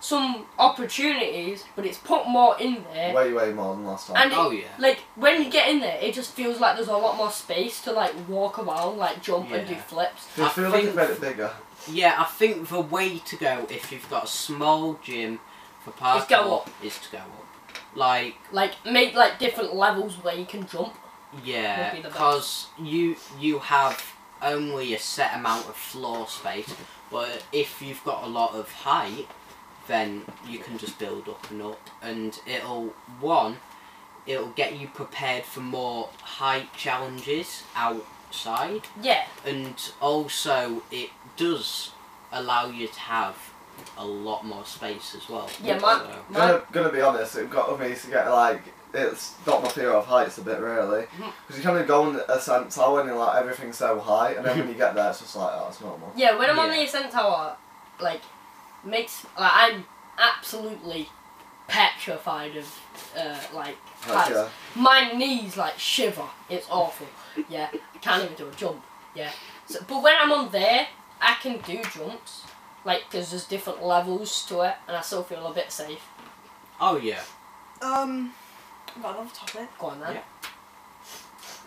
Speaker 4: some opportunities, but it's put more in there.
Speaker 3: Way, way more than last time.
Speaker 4: And it-
Speaker 2: Oh yeah.
Speaker 4: Like when you get in there, it just feels like there's a lot more space to like walk around, like jump and do
Speaker 2: Yeah.
Speaker 4: flips.
Speaker 3: Do you
Speaker 2: I
Speaker 3: feel like it
Speaker 2: think-
Speaker 3: made it bigger?
Speaker 2: Yeah, I think the way to go if you've got a small gym for parkour
Speaker 4: Is go
Speaker 2: is to go up. Like
Speaker 4: Like make like different levels where you can jump.
Speaker 2: yeah,
Speaker 4: Would be the best.
Speaker 2: because you you have only a set amount of floor space, but if you've got a lot of height, then you can just build up and up, and it'll one, it'll get you prepared for more height challenges outside.
Speaker 4: Yeah,
Speaker 2: and also it does allow you to have a lot more space as well.
Speaker 4: Yeah, my-
Speaker 2: So-
Speaker 4: My-
Speaker 3: Gonna, gonna be honest, it got me to get like it's not my fear of heights a bit really
Speaker 4: Mhm.
Speaker 3: because you kind of go in a sense tower and you're like everything's so high and then when you get there it's just like oh it's normal.
Speaker 4: yeah. When I'm on
Speaker 2: Yeah.
Speaker 4: the ascent tower, like makes like I'm absolutely petrified of uh, like
Speaker 3: Like,
Speaker 4: heights.
Speaker 3: yeah.
Speaker 4: My knees like shiver. It's awful. Yeah, I can't even do a jump. Yeah, so, but when I'm on there, I can do jumps. Like, because there's different levels to it, and I still feel a bit safe.
Speaker 2: Oh yeah.
Speaker 1: Um, I've got another topic.
Speaker 4: Go on then.
Speaker 2: Yeah.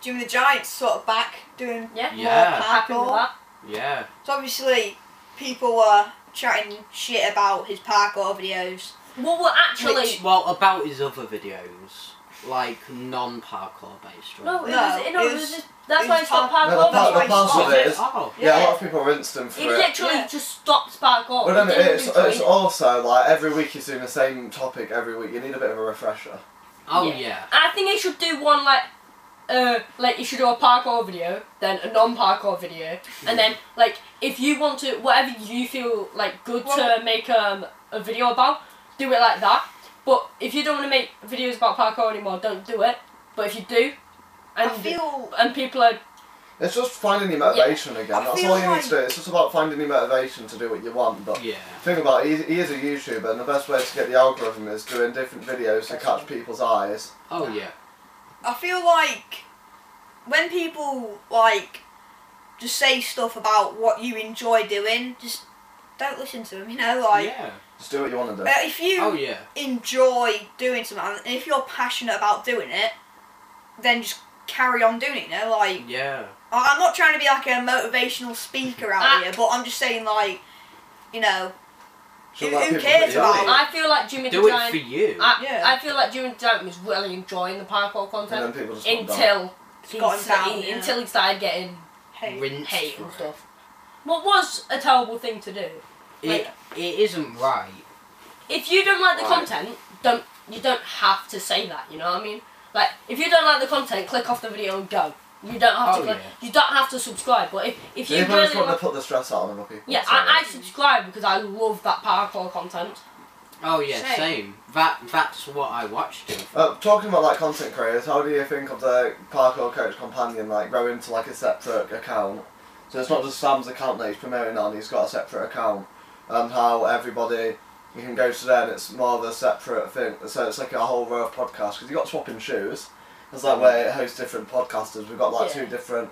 Speaker 1: Jimmy the Giant's sort of back doing
Speaker 4: Yeah.
Speaker 2: Yeah.
Speaker 4: Happy
Speaker 1: more
Speaker 4: with
Speaker 1: parkour.
Speaker 4: that?
Speaker 2: Yeah.
Speaker 1: So obviously, people were chatting shit about his parkour videos.
Speaker 4: Well, well, actually,
Speaker 2: Which- well, about his other videos, like non parkour based.
Speaker 4: no, it
Speaker 1: No,
Speaker 4: was, it, no,
Speaker 1: it
Speaker 4: it was
Speaker 1: was-
Speaker 4: just, that's
Speaker 1: it
Speaker 4: why
Speaker 1: was
Speaker 4: it's called
Speaker 1: par-
Speaker 3: No, the
Speaker 4: parkour.
Speaker 3: part-
Speaker 4: that's
Speaker 3: the
Speaker 4: why
Speaker 3: part-
Speaker 4: it's
Speaker 2: Oh,
Speaker 3: of
Speaker 4: stopped.
Speaker 3: it is-
Speaker 2: oh.
Speaker 3: yeah, a lot
Speaker 4: Yeah.
Speaker 3: of people are instant for
Speaker 4: It
Speaker 3: it.
Speaker 4: literally
Speaker 1: Yeah.
Speaker 4: just stopped parkour.
Speaker 3: But then
Speaker 4: It didn't
Speaker 3: it's,
Speaker 4: do
Speaker 3: it's
Speaker 4: it.
Speaker 3: also like every week he's doing the same topic every week. You need a bit of a refresher.
Speaker 2: Oh
Speaker 4: Yeah.
Speaker 2: yeah.
Speaker 4: I think you should do one like, uh, like you should do a parkour video, then a non-parkour video, and then like if you want to, whatever you feel like good
Speaker 1: Well-
Speaker 4: to make um, a video about, do it like that. But if you don't want to make videos about parkour anymore, don't do it. But if you do, and
Speaker 1: I feel
Speaker 4: and people are
Speaker 3: It's just finding your motivation again.
Speaker 1: I
Speaker 3: That's
Speaker 1: feel
Speaker 3: all you need
Speaker 1: like-
Speaker 3: to do. It's just about finding your motivation to do what you want. But
Speaker 2: Yeah.
Speaker 3: Think about it, he, he is a YouTuber, and the best way to get the algorithm is doing different videos to catch people's eyes.
Speaker 2: Oh yeah.
Speaker 1: I feel like when people like just say stuff about what you enjoy doing, just don't listen to them. You know, like
Speaker 2: yeah.
Speaker 3: Just do what you want to
Speaker 1: uh,
Speaker 3: do.
Speaker 1: if you
Speaker 2: Oh yeah.
Speaker 1: enjoy doing something, and if you're passionate about doing it, then just carry on doing it. You know, like
Speaker 2: Yeah.
Speaker 1: I- I'm not trying to be like a motivational speaker
Speaker 4: Ah.
Speaker 1: out here, but I'm just saying like, you know,
Speaker 3: Should
Speaker 1: who-
Speaker 3: let
Speaker 1: who
Speaker 3: people
Speaker 1: cares
Speaker 3: do it.
Speaker 1: about
Speaker 4: I feel like Jimmy
Speaker 2: Do
Speaker 4: the
Speaker 2: it
Speaker 4: Giant.
Speaker 2: for you.
Speaker 4: I,
Speaker 1: Yeah.
Speaker 4: I feel like Jimmy the Giant was really enjoying the parkour
Speaker 3: And then
Speaker 4: content
Speaker 3: people just want that.
Speaker 4: until he,
Speaker 1: Got him
Speaker 4: sa-
Speaker 1: down, yeah.
Speaker 4: until he started getting
Speaker 1: hey,
Speaker 2: Rinse
Speaker 4: hate
Speaker 2: for
Speaker 4: and
Speaker 2: it.
Speaker 4: stuff. What was a terrible thing to do?
Speaker 2: It, it isn't right.
Speaker 4: If you don't like the
Speaker 3: Right.
Speaker 4: content, don't you don't have to say that. You know what I mean? Like if you don't like the content, click off the video and go. You don't have to.
Speaker 2: Oh,
Speaker 4: click,
Speaker 2: yeah.
Speaker 4: You don't have to subscribe. But if if you
Speaker 3: People
Speaker 4: really
Speaker 3: just want
Speaker 4: like,
Speaker 3: to put the stress out on other people.
Speaker 4: yeah,
Speaker 3: so-
Speaker 4: I, I subscribe because I love that parkour content.
Speaker 2: Oh yeah.
Speaker 1: Same.
Speaker 2: Same. That that's what I watched him. for.
Speaker 3: Uh, talking about like content creators, how do you think of the parkour coach companion like grow into like a separate account? So it's not just Sam's account that he's promoting on; he's got a separate account, and how everybody you can go to there and it's more of a separate thing. So it's like a whole row of podcasts because you got swapping shoes. It's like where it hosts different podcasters. We've got like
Speaker 4: Yeah.
Speaker 3: two different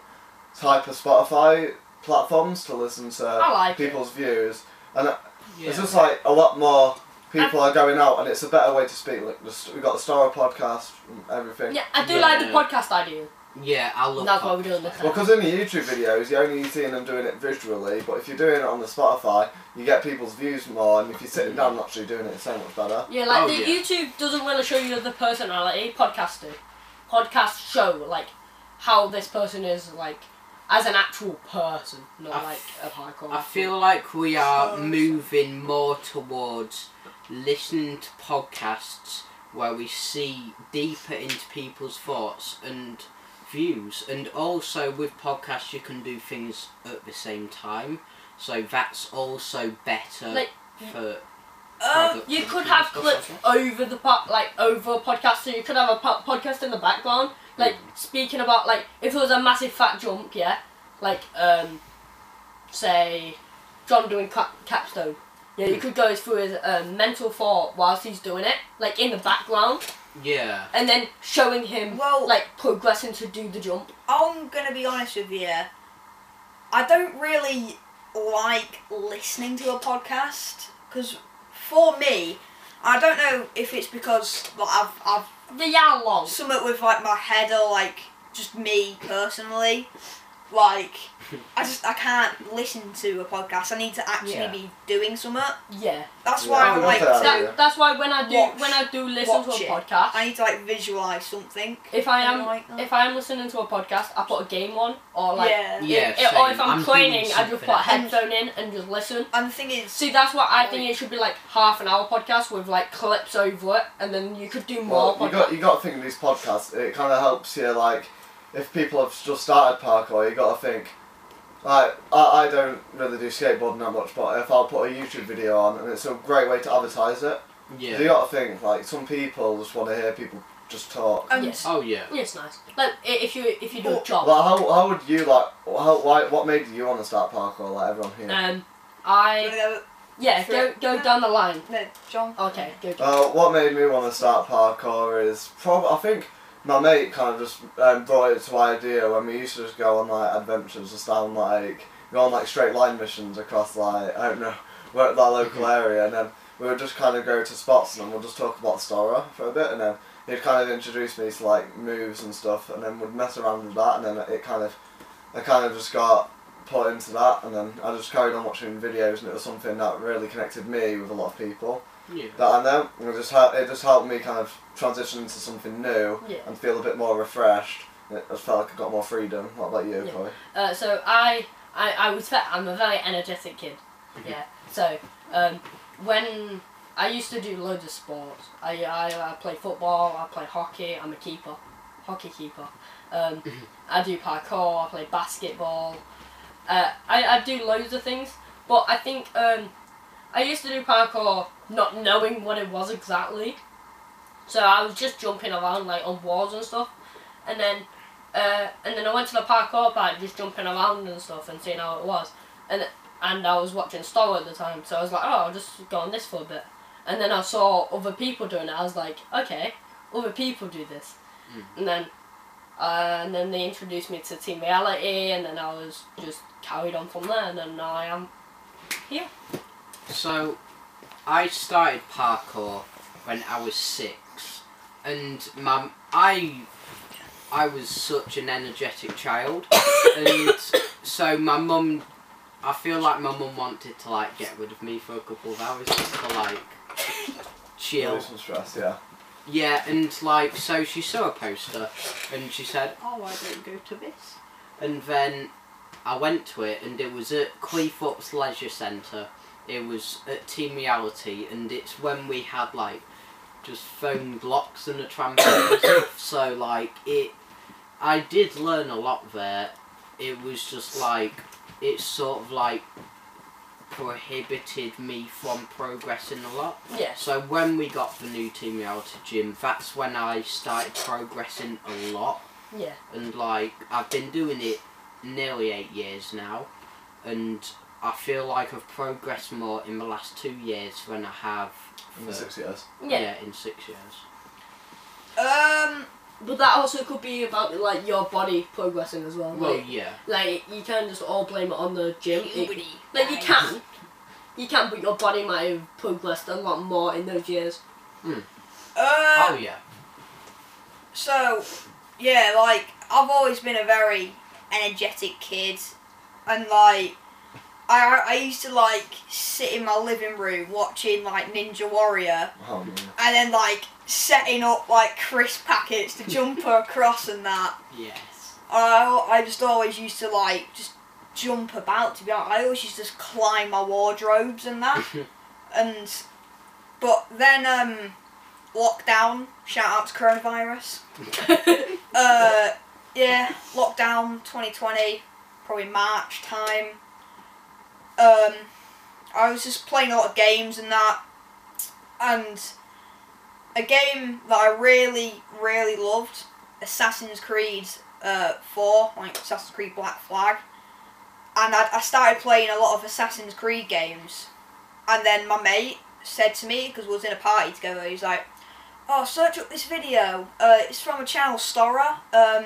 Speaker 3: type of Spotify platforms to listen to
Speaker 4: I like it.
Speaker 3: people's views.
Speaker 2: yeah.
Speaker 3: It's just like a lot more people are going out, and it's a better way to speak. Like the st- we got the Star podcast, and everything.
Speaker 4: Yeah, I do
Speaker 2: Yeah.
Speaker 4: like the podcast idea.
Speaker 2: yeah. I love.
Speaker 4: That's why we're doing
Speaker 2: podcasts.
Speaker 4: this.
Speaker 3: Well, because in the YouTube videos, you're only seeing them doing it visually, but if you're doing it on the Spotify, you get people's views more, and if you're sitting down and actually doing it, it's so much better.
Speaker 4: Yeah, like
Speaker 2: Oh,
Speaker 4: the
Speaker 2: yeah.
Speaker 4: YouTube doesn't really show you the personality. Podcasts do. Podcasts show like how this person is like as an actual person, not
Speaker 2: I
Speaker 4: like
Speaker 2: f-
Speaker 4: a parkour.
Speaker 2: I feel like we are
Speaker 1: So-
Speaker 2: moving more towards listening to podcasts where we see deeper into people's thoughts and views, and also with podcasts you can do things at the same time, so that's also better
Speaker 4: Like- uh,
Speaker 2: for.
Speaker 1: um,
Speaker 2: product
Speaker 4: You
Speaker 2: and
Speaker 4: could
Speaker 2: things
Speaker 4: have
Speaker 2: stuff
Speaker 4: clips
Speaker 2: like
Speaker 4: over the po- like over a podcast, so you could have a po- podcast in the background, like speaking about like if it was a massive fat jump, yeah, like um, say John doing cap- capstone. Yeah, you could go through his um, mental thought whilst he's doing it, like in the background,
Speaker 2: Yeah.
Speaker 4: and then showing him
Speaker 1: Well-
Speaker 4: like progressing to do the jump.
Speaker 1: I'm gonna be honest with you. I don't really like listening to a podcast because for me, I don't know if it's because like I've I've
Speaker 4: They are long.
Speaker 1: something with like my head or like just me personally. Like I just I can't listen to a podcast. I need to actually
Speaker 2: Yeah.
Speaker 1: be doing something.
Speaker 4: Yeah,
Speaker 1: That's
Speaker 3: Yeah, Oh,
Speaker 1: why
Speaker 4: I
Speaker 1: I
Speaker 4: know
Speaker 1: like
Speaker 3: that.
Speaker 1: to.
Speaker 3: yeah.
Speaker 4: that, that's why when I do
Speaker 1: Watch-
Speaker 4: when I do listen to a
Speaker 1: watch it.
Speaker 4: podcast,
Speaker 1: I need to like visualize something.
Speaker 4: if I
Speaker 1: and
Speaker 4: am
Speaker 1: like that.
Speaker 4: if I am listening to a podcast, I put a game on or like
Speaker 1: yeah.
Speaker 2: Yeah,
Speaker 4: it- or if
Speaker 2: same.
Speaker 4: I'm,
Speaker 2: I'm
Speaker 4: training,
Speaker 2: doing
Speaker 4: I just put a
Speaker 2: something.
Speaker 4: headphone in and just listen.
Speaker 1: And the thing is,
Speaker 4: See, that's what I think it should be like half an hour podcast with like clips over it, and then you could do more.
Speaker 3: Well, you
Speaker 4: podcasts.
Speaker 3: got you got to think of these podcasts. It kind of helps you like if people have just started parkour, you got to think. Like I, I don't really do skateboarding that much, but if I'll put a YouTube video on, and it's a great way to advertise it.
Speaker 2: Yeah.
Speaker 3: You got to think like some people just want to hear people just talk.
Speaker 1: and
Speaker 4: Yes.
Speaker 2: Oh yeah.
Speaker 4: Yeah, it's nice. Like i- if you if you do a
Speaker 1: Well,
Speaker 4: job.
Speaker 3: Well, how, how would you like? How why what made you want to start parkour like everyone here?
Speaker 4: Um,
Speaker 1: Do you wanna
Speaker 4: I
Speaker 1: go-
Speaker 4: yeah go go down the line.
Speaker 1: no, John.
Speaker 4: Okay, go. John.
Speaker 3: Uh, what made me want to start parkour is probably I think my mate kind of just um, brought it to idea when we used to just go on like adventures, just down like go on like straight line missions across like I don't know where that local area, and then we would just kind of go to spots and then we'll just talk about Stora for a bit, and then he'd kind of introduce me to like moves and stuff, and then we'd mess around with that, and then it kind of I kind of just got put into that, and then I just carried on watching videos, and it was something that really connected me with a lot of people
Speaker 2: Yeah.
Speaker 3: that I know. and It just helped, it just helped me kind of transition into something new
Speaker 4: Yeah.
Speaker 3: and feel a bit more refreshed. It, I felt like I got more freedom. What about you,
Speaker 4: Yeah.
Speaker 3: Chloe?
Speaker 4: Uh, so I I I was ve- I'm a very energetic kid. Yeah. So um, when I used to do loads of sports. I I, I play football. I play hockey. I'm a keeper, hockey keeper. Um, I do parkour. I play basketball. Uh, I I do loads of things. But I think um, I used to do parkour not knowing what it was exactly. So I was just jumping around like on walls and stuff, and then uh, and then I went to the parkour park just jumping around and stuff and seeing how it was, and and I was watching Star Wars at the time, so I was like, oh, I'll just go on this for a bit, and then I saw other people doing it. I was like, okay, other people do this, and then. Uh, and then they introduced me to Team Reality, and then I was just carried on from there, and then now I am
Speaker 2: So, I started parkour when I was six, and my I I was such an energetic child, and so my mum. I feel like my mum wanted to like get rid of me for a couple of hours just to like chill.
Speaker 3: Release some stress, yeah.
Speaker 2: Yeah, and like so she saw a poster and she said, "Oh, why don't you go to this?" And then I went to it and it was at Cleethorpes Leisure Centre. It was at Team Reality and it's when we had like just foam blocks and a trampoline and stuff. So like it, I did learn a lot there. It was just like it sort of like prohibited me from progressing a lot.
Speaker 4: yes.
Speaker 2: So when we got the new Team Reality gym, that's when I started progressing a lot.
Speaker 4: Yeah.
Speaker 2: And like I've been doing it nearly eight years now, and I feel like I've progressed more in the last two years than I have.
Speaker 3: In
Speaker 2: for-
Speaker 3: six years.
Speaker 4: yeah,
Speaker 2: in six years.
Speaker 1: Um,
Speaker 4: But that also could be about like your body progressing as well.
Speaker 2: Well,
Speaker 4: like,
Speaker 2: yeah,
Speaker 4: like you can just all blame it on the gym. It-
Speaker 1: puberty.
Speaker 4: like you can, you can, but your body might have progressed a lot more in those years.
Speaker 1: Uh,
Speaker 2: oh yeah,
Speaker 1: So, yeah, like I've always been a very energetic kid, and like I I used to like sit in my living room watching like Ninja Warrior,
Speaker 3: Oh, man.
Speaker 1: and then like setting up like crisp packets to jump across and that.
Speaker 2: yes.
Speaker 1: I I just always used to like just jump about. To be honest, I always used to just climb my wardrobes and that. and but then um lockdown shout out to coronavirus uh yeah lockdown 2020 probably march time um i was just playing a lot of games and that and a game that i really really loved assassin's creed uh 4 like assassin's creed black flag and I, I started playing a lot of Assassin's Creed games, and then my mate said to me because we was in a party together. He's like, "Oh, search up this video. Uh, it's from a channel Stora. Um,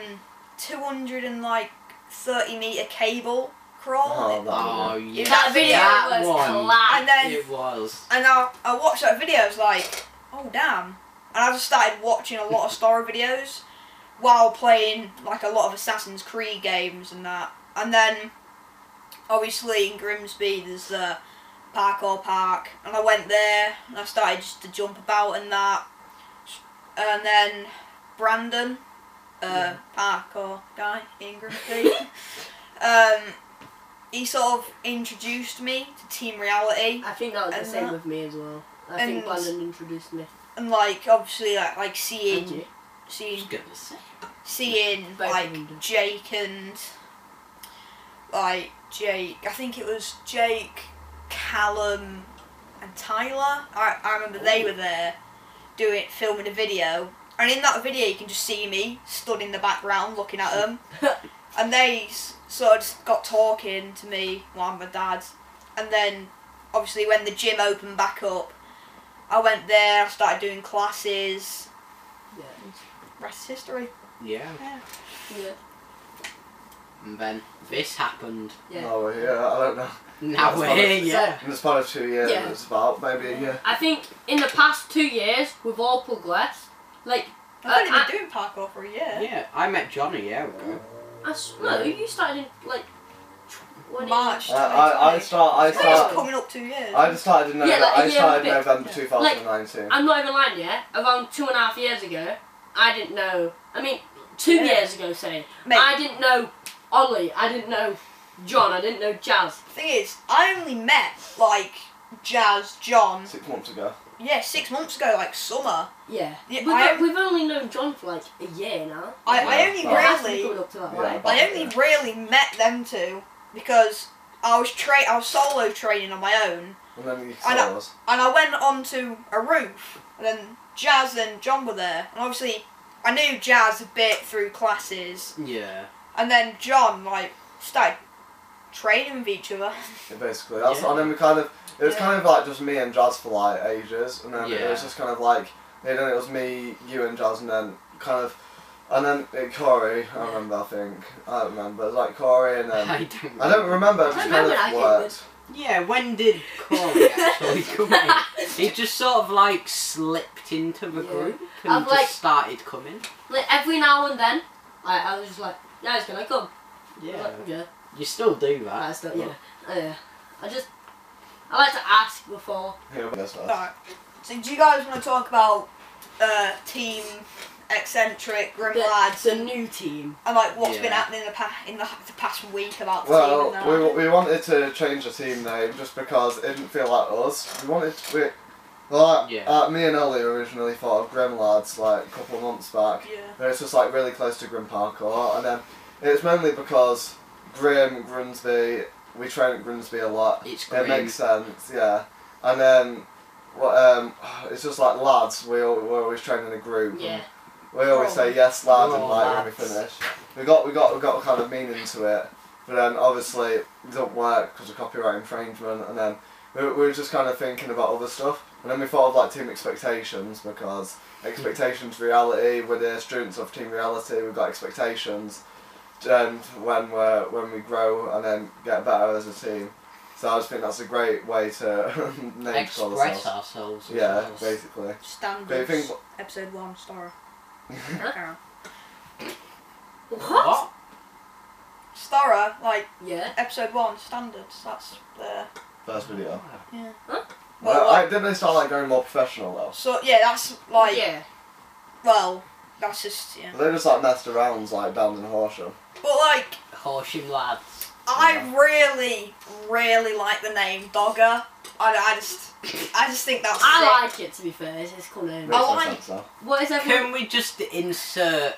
Speaker 1: two hundred and like thirty meter cable crawl."
Speaker 3: Oh,
Speaker 2: Oh, yeah.
Speaker 1: That video
Speaker 2: that
Speaker 4: was
Speaker 2: one,
Speaker 4: class.
Speaker 1: and then
Speaker 2: It was.
Speaker 1: and I I watched that video. I was like, "Oh damn!" And I just started watching a lot of Stora videos while playing like a lot of Assassin's Creed games and that. And then obviously in Grimsby there's the parkour park, and I went there and I started just to jump about and that. And then Brandon, uh, parkour guy in Grimsby, um, he sort of introduced me to Team Reality.
Speaker 5: I think that was the
Speaker 1: And
Speaker 5: same
Speaker 1: that-
Speaker 5: with me as well. I
Speaker 1: and-
Speaker 5: think Brandon introduced me.
Speaker 1: and like obviously like like
Speaker 5: And
Speaker 1: seeing
Speaker 5: you.
Speaker 1: seeing
Speaker 2: Just gonna say.
Speaker 1: seeing
Speaker 5: Both
Speaker 1: like
Speaker 5: of them did.
Speaker 1: Jake and like Jake I think it was Jake Callum and Tyler I, I remember they were there doing filming a video and in that video you can just see me stood in the background looking at them and they s- sort of just got talking to me well my dad and then obviously when the gym opened back up I went there I started doing classes
Speaker 5: Yeah.
Speaker 1: rest is history
Speaker 2: Yeah.
Speaker 5: Yeah.
Speaker 2: And then this happened.
Speaker 5: Yeah.
Speaker 3: Oh, yeah, I don't know.
Speaker 2: Now
Speaker 3: That's
Speaker 2: we're
Speaker 3: what
Speaker 2: here,
Speaker 3: it-
Speaker 2: yeah.
Speaker 3: In the span of two years,
Speaker 4: Yeah.
Speaker 3: it's about maybe a year.
Speaker 4: I think in the past two years we've all progressed. Like
Speaker 1: I've
Speaker 4: Uh,
Speaker 1: only been doing parkour for a year.
Speaker 2: Yeah, I met John a year ago.
Speaker 4: I s- no, you started in like twenty.
Speaker 1: March.
Speaker 3: I, Uh, I, I
Speaker 1: 2020.
Speaker 3: start, I
Speaker 1: It's almost
Speaker 3: start,
Speaker 1: coming up two years.
Speaker 3: I just started in
Speaker 4: Yeah,
Speaker 3: November,
Speaker 4: like a
Speaker 3: I
Speaker 4: year
Speaker 3: started in
Speaker 4: and a bit.
Speaker 3: November
Speaker 1: Yeah.
Speaker 3: 2019.
Speaker 4: I'm not even lying. Yeah, around two and a half years ago, I didn't know. I mean, two
Speaker 1: Yeah.
Speaker 4: years ago, say
Speaker 1: Mate,
Speaker 4: I didn't know Ollie. I didn't know John. I didn't know Jazz.
Speaker 1: the thing is, I only met like Jazz, John,
Speaker 3: Six months ago.
Speaker 1: yeah, six months ago, like summer.
Speaker 5: Yeah.
Speaker 1: Yeah,
Speaker 4: We've,
Speaker 1: I,
Speaker 4: we've only known John for like a year now.
Speaker 1: I,
Speaker 2: Yeah.
Speaker 1: I only
Speaker 3: Well,
Speaker 5: That's
Speaker 1: really,
Speaker 5: coming up to that,
Speaker 3: Yeah.
Speaker 5: right?
Speaker 1: I only really met them two because I was tra- I was solo training on my own,
Speaker 3: And then you
Speaker 1: I
Speaker 3: saw
Speaker 1: know.
Speaker 3: us.
Speaker 1: and I went onto a roof, and then Jazz and John were there, and obviously I knew Jazz a bit through classes,
Speaker 2: Yeah.
Speaker 1: and then John like started training with each other.
Speaker 3: Yeah, Basically, that's
Speaker 2: Yeah.
Speaker 3: and then we kind of it was
Speaker 1: Yeah.
Speaker 3: kind of like just me and Jazz for like ages, and then it
Speaker 2: Yeah.
Speaker 3: was just kind of like you know it was me, you and Jazz, and then kind of and then uh, Corey. I remember. I think I don't remember. It was like Corey, and then
Speaker 2: I don't.
Speaker 3: Um, I don't remember. It
Speaker 5: I
Speaker 3: was kind
Speaker 5: remember that
Speaker 3: of
Speaker 5: kid
Speaker 3: worked.
Speaker 2: Yeah, when did Corey actually come in? He just sort of like slipped into the
Speaker 5: Yeah.
Speaker 2: group and
Speaker 4: I've,
Speaker 2: just
Speaker 4: like-
Speaker 2: started coming.
Speaker 4: Like every now and then, I, I was just like, yeah, he's gonna come. I was
Speaker 2: Yeah. Uh,
Speaker 4: like, yeah.
Speaker 2: You still do that.
Speaker 5: That's not, yeah.
Speaker 4: Oh, yeah. I just I like to ask before.
Speaker 3: Here, this was.
Speaker 1: Alright. So do you guys want to talk about uh, team eccentric grim
Speaker 5: The-
Speaker 1: lads
Speaker 5: It's a new team.
Speaker 1: and like what's been
Speaker 2: Yeah.
Speaker 1: happening in the, pa- in the, the past week about the
Speaker 3: Well,
Speaker 1: team? And that?
Speaker 3: we, we wanted to change the team name just because it didn't feel like us. We wanted we, like
Speaker 2: Yeah.
Speaker 3: uh, me and Ollie originally thought of Grim Lads like a couple of months back.
Speaker 1: yeah.
Speaker 3: And it's just like really close to Grim Parkour, and then it's mainly because Grim Grimsby, we train at Grimsby a lot.
Speaker 2: It's
Speaker 3: It
Speaker 2: grim.
Speaker 3: makes sense, yeah. And then, what? Um, it's just like lads. We all, we're always training a group. and
Speaker 4: Yeah.
Speaker 3: We always say yes, lad, and
Speaker 2: Oh,
Speaker 3: like when we finish,
Speaker 2: lads.
Speaker 3: we got we got we got kind of meaning to it. But then obviously it doesn't work because of copyright infringement, and then we, we were just kind of thinking about other stuff. And then we thought of like team expectations because expectations reality. We're the students of team reality. We've got expectations, and when we are when we grow and then get better as a team. So I just think that's a great way to name call
Speaker 2: Express
Speaker 3: ourselves.
Speaker 2: ourselves. as
Speaker 3: Yeah,
Speaker 2: well.
Speaker 3: basically. But you
Speaker 1: Standards.
Speaker 3: think
Speaker 1: Episode one star. Carry on.
Speaker 4: What?
Speaker 2: What?
Speaker 1: Stora, like
Speaker 5: Yeah.
Speaker 1: episode one standards. That's the
Speaker 3: first video.
Speaker 1: yeah.
Speaker 4: Huh?
Speaker 1: Well,
Speaker 3: Well,
Speaker 1: like,
Speaker 3: I, didn't they start like going more professional though?
Speaker 1: so yeah, that's like
Speaker 4: yeah.
Speaker 1: well, that's just yeah.
Speaker 3: They just like messed around like down in Horsham.
Speaker 1: But like,
Speaker 2: Horsham lads.
Speaker 1: I really, really like the name Dogger. I, I just, I just think that's. sick.
Speaker 4: I
Speaker 5: like it to be fair. It's, it's cool
Speaker 4: Oh,
Speaker 5: name.
Speaker 3: Makes no
Speaker 1: like-
Speaker 3: sense, though.
Speaker 4: What is everyone?
Speaker 2: Can we just insert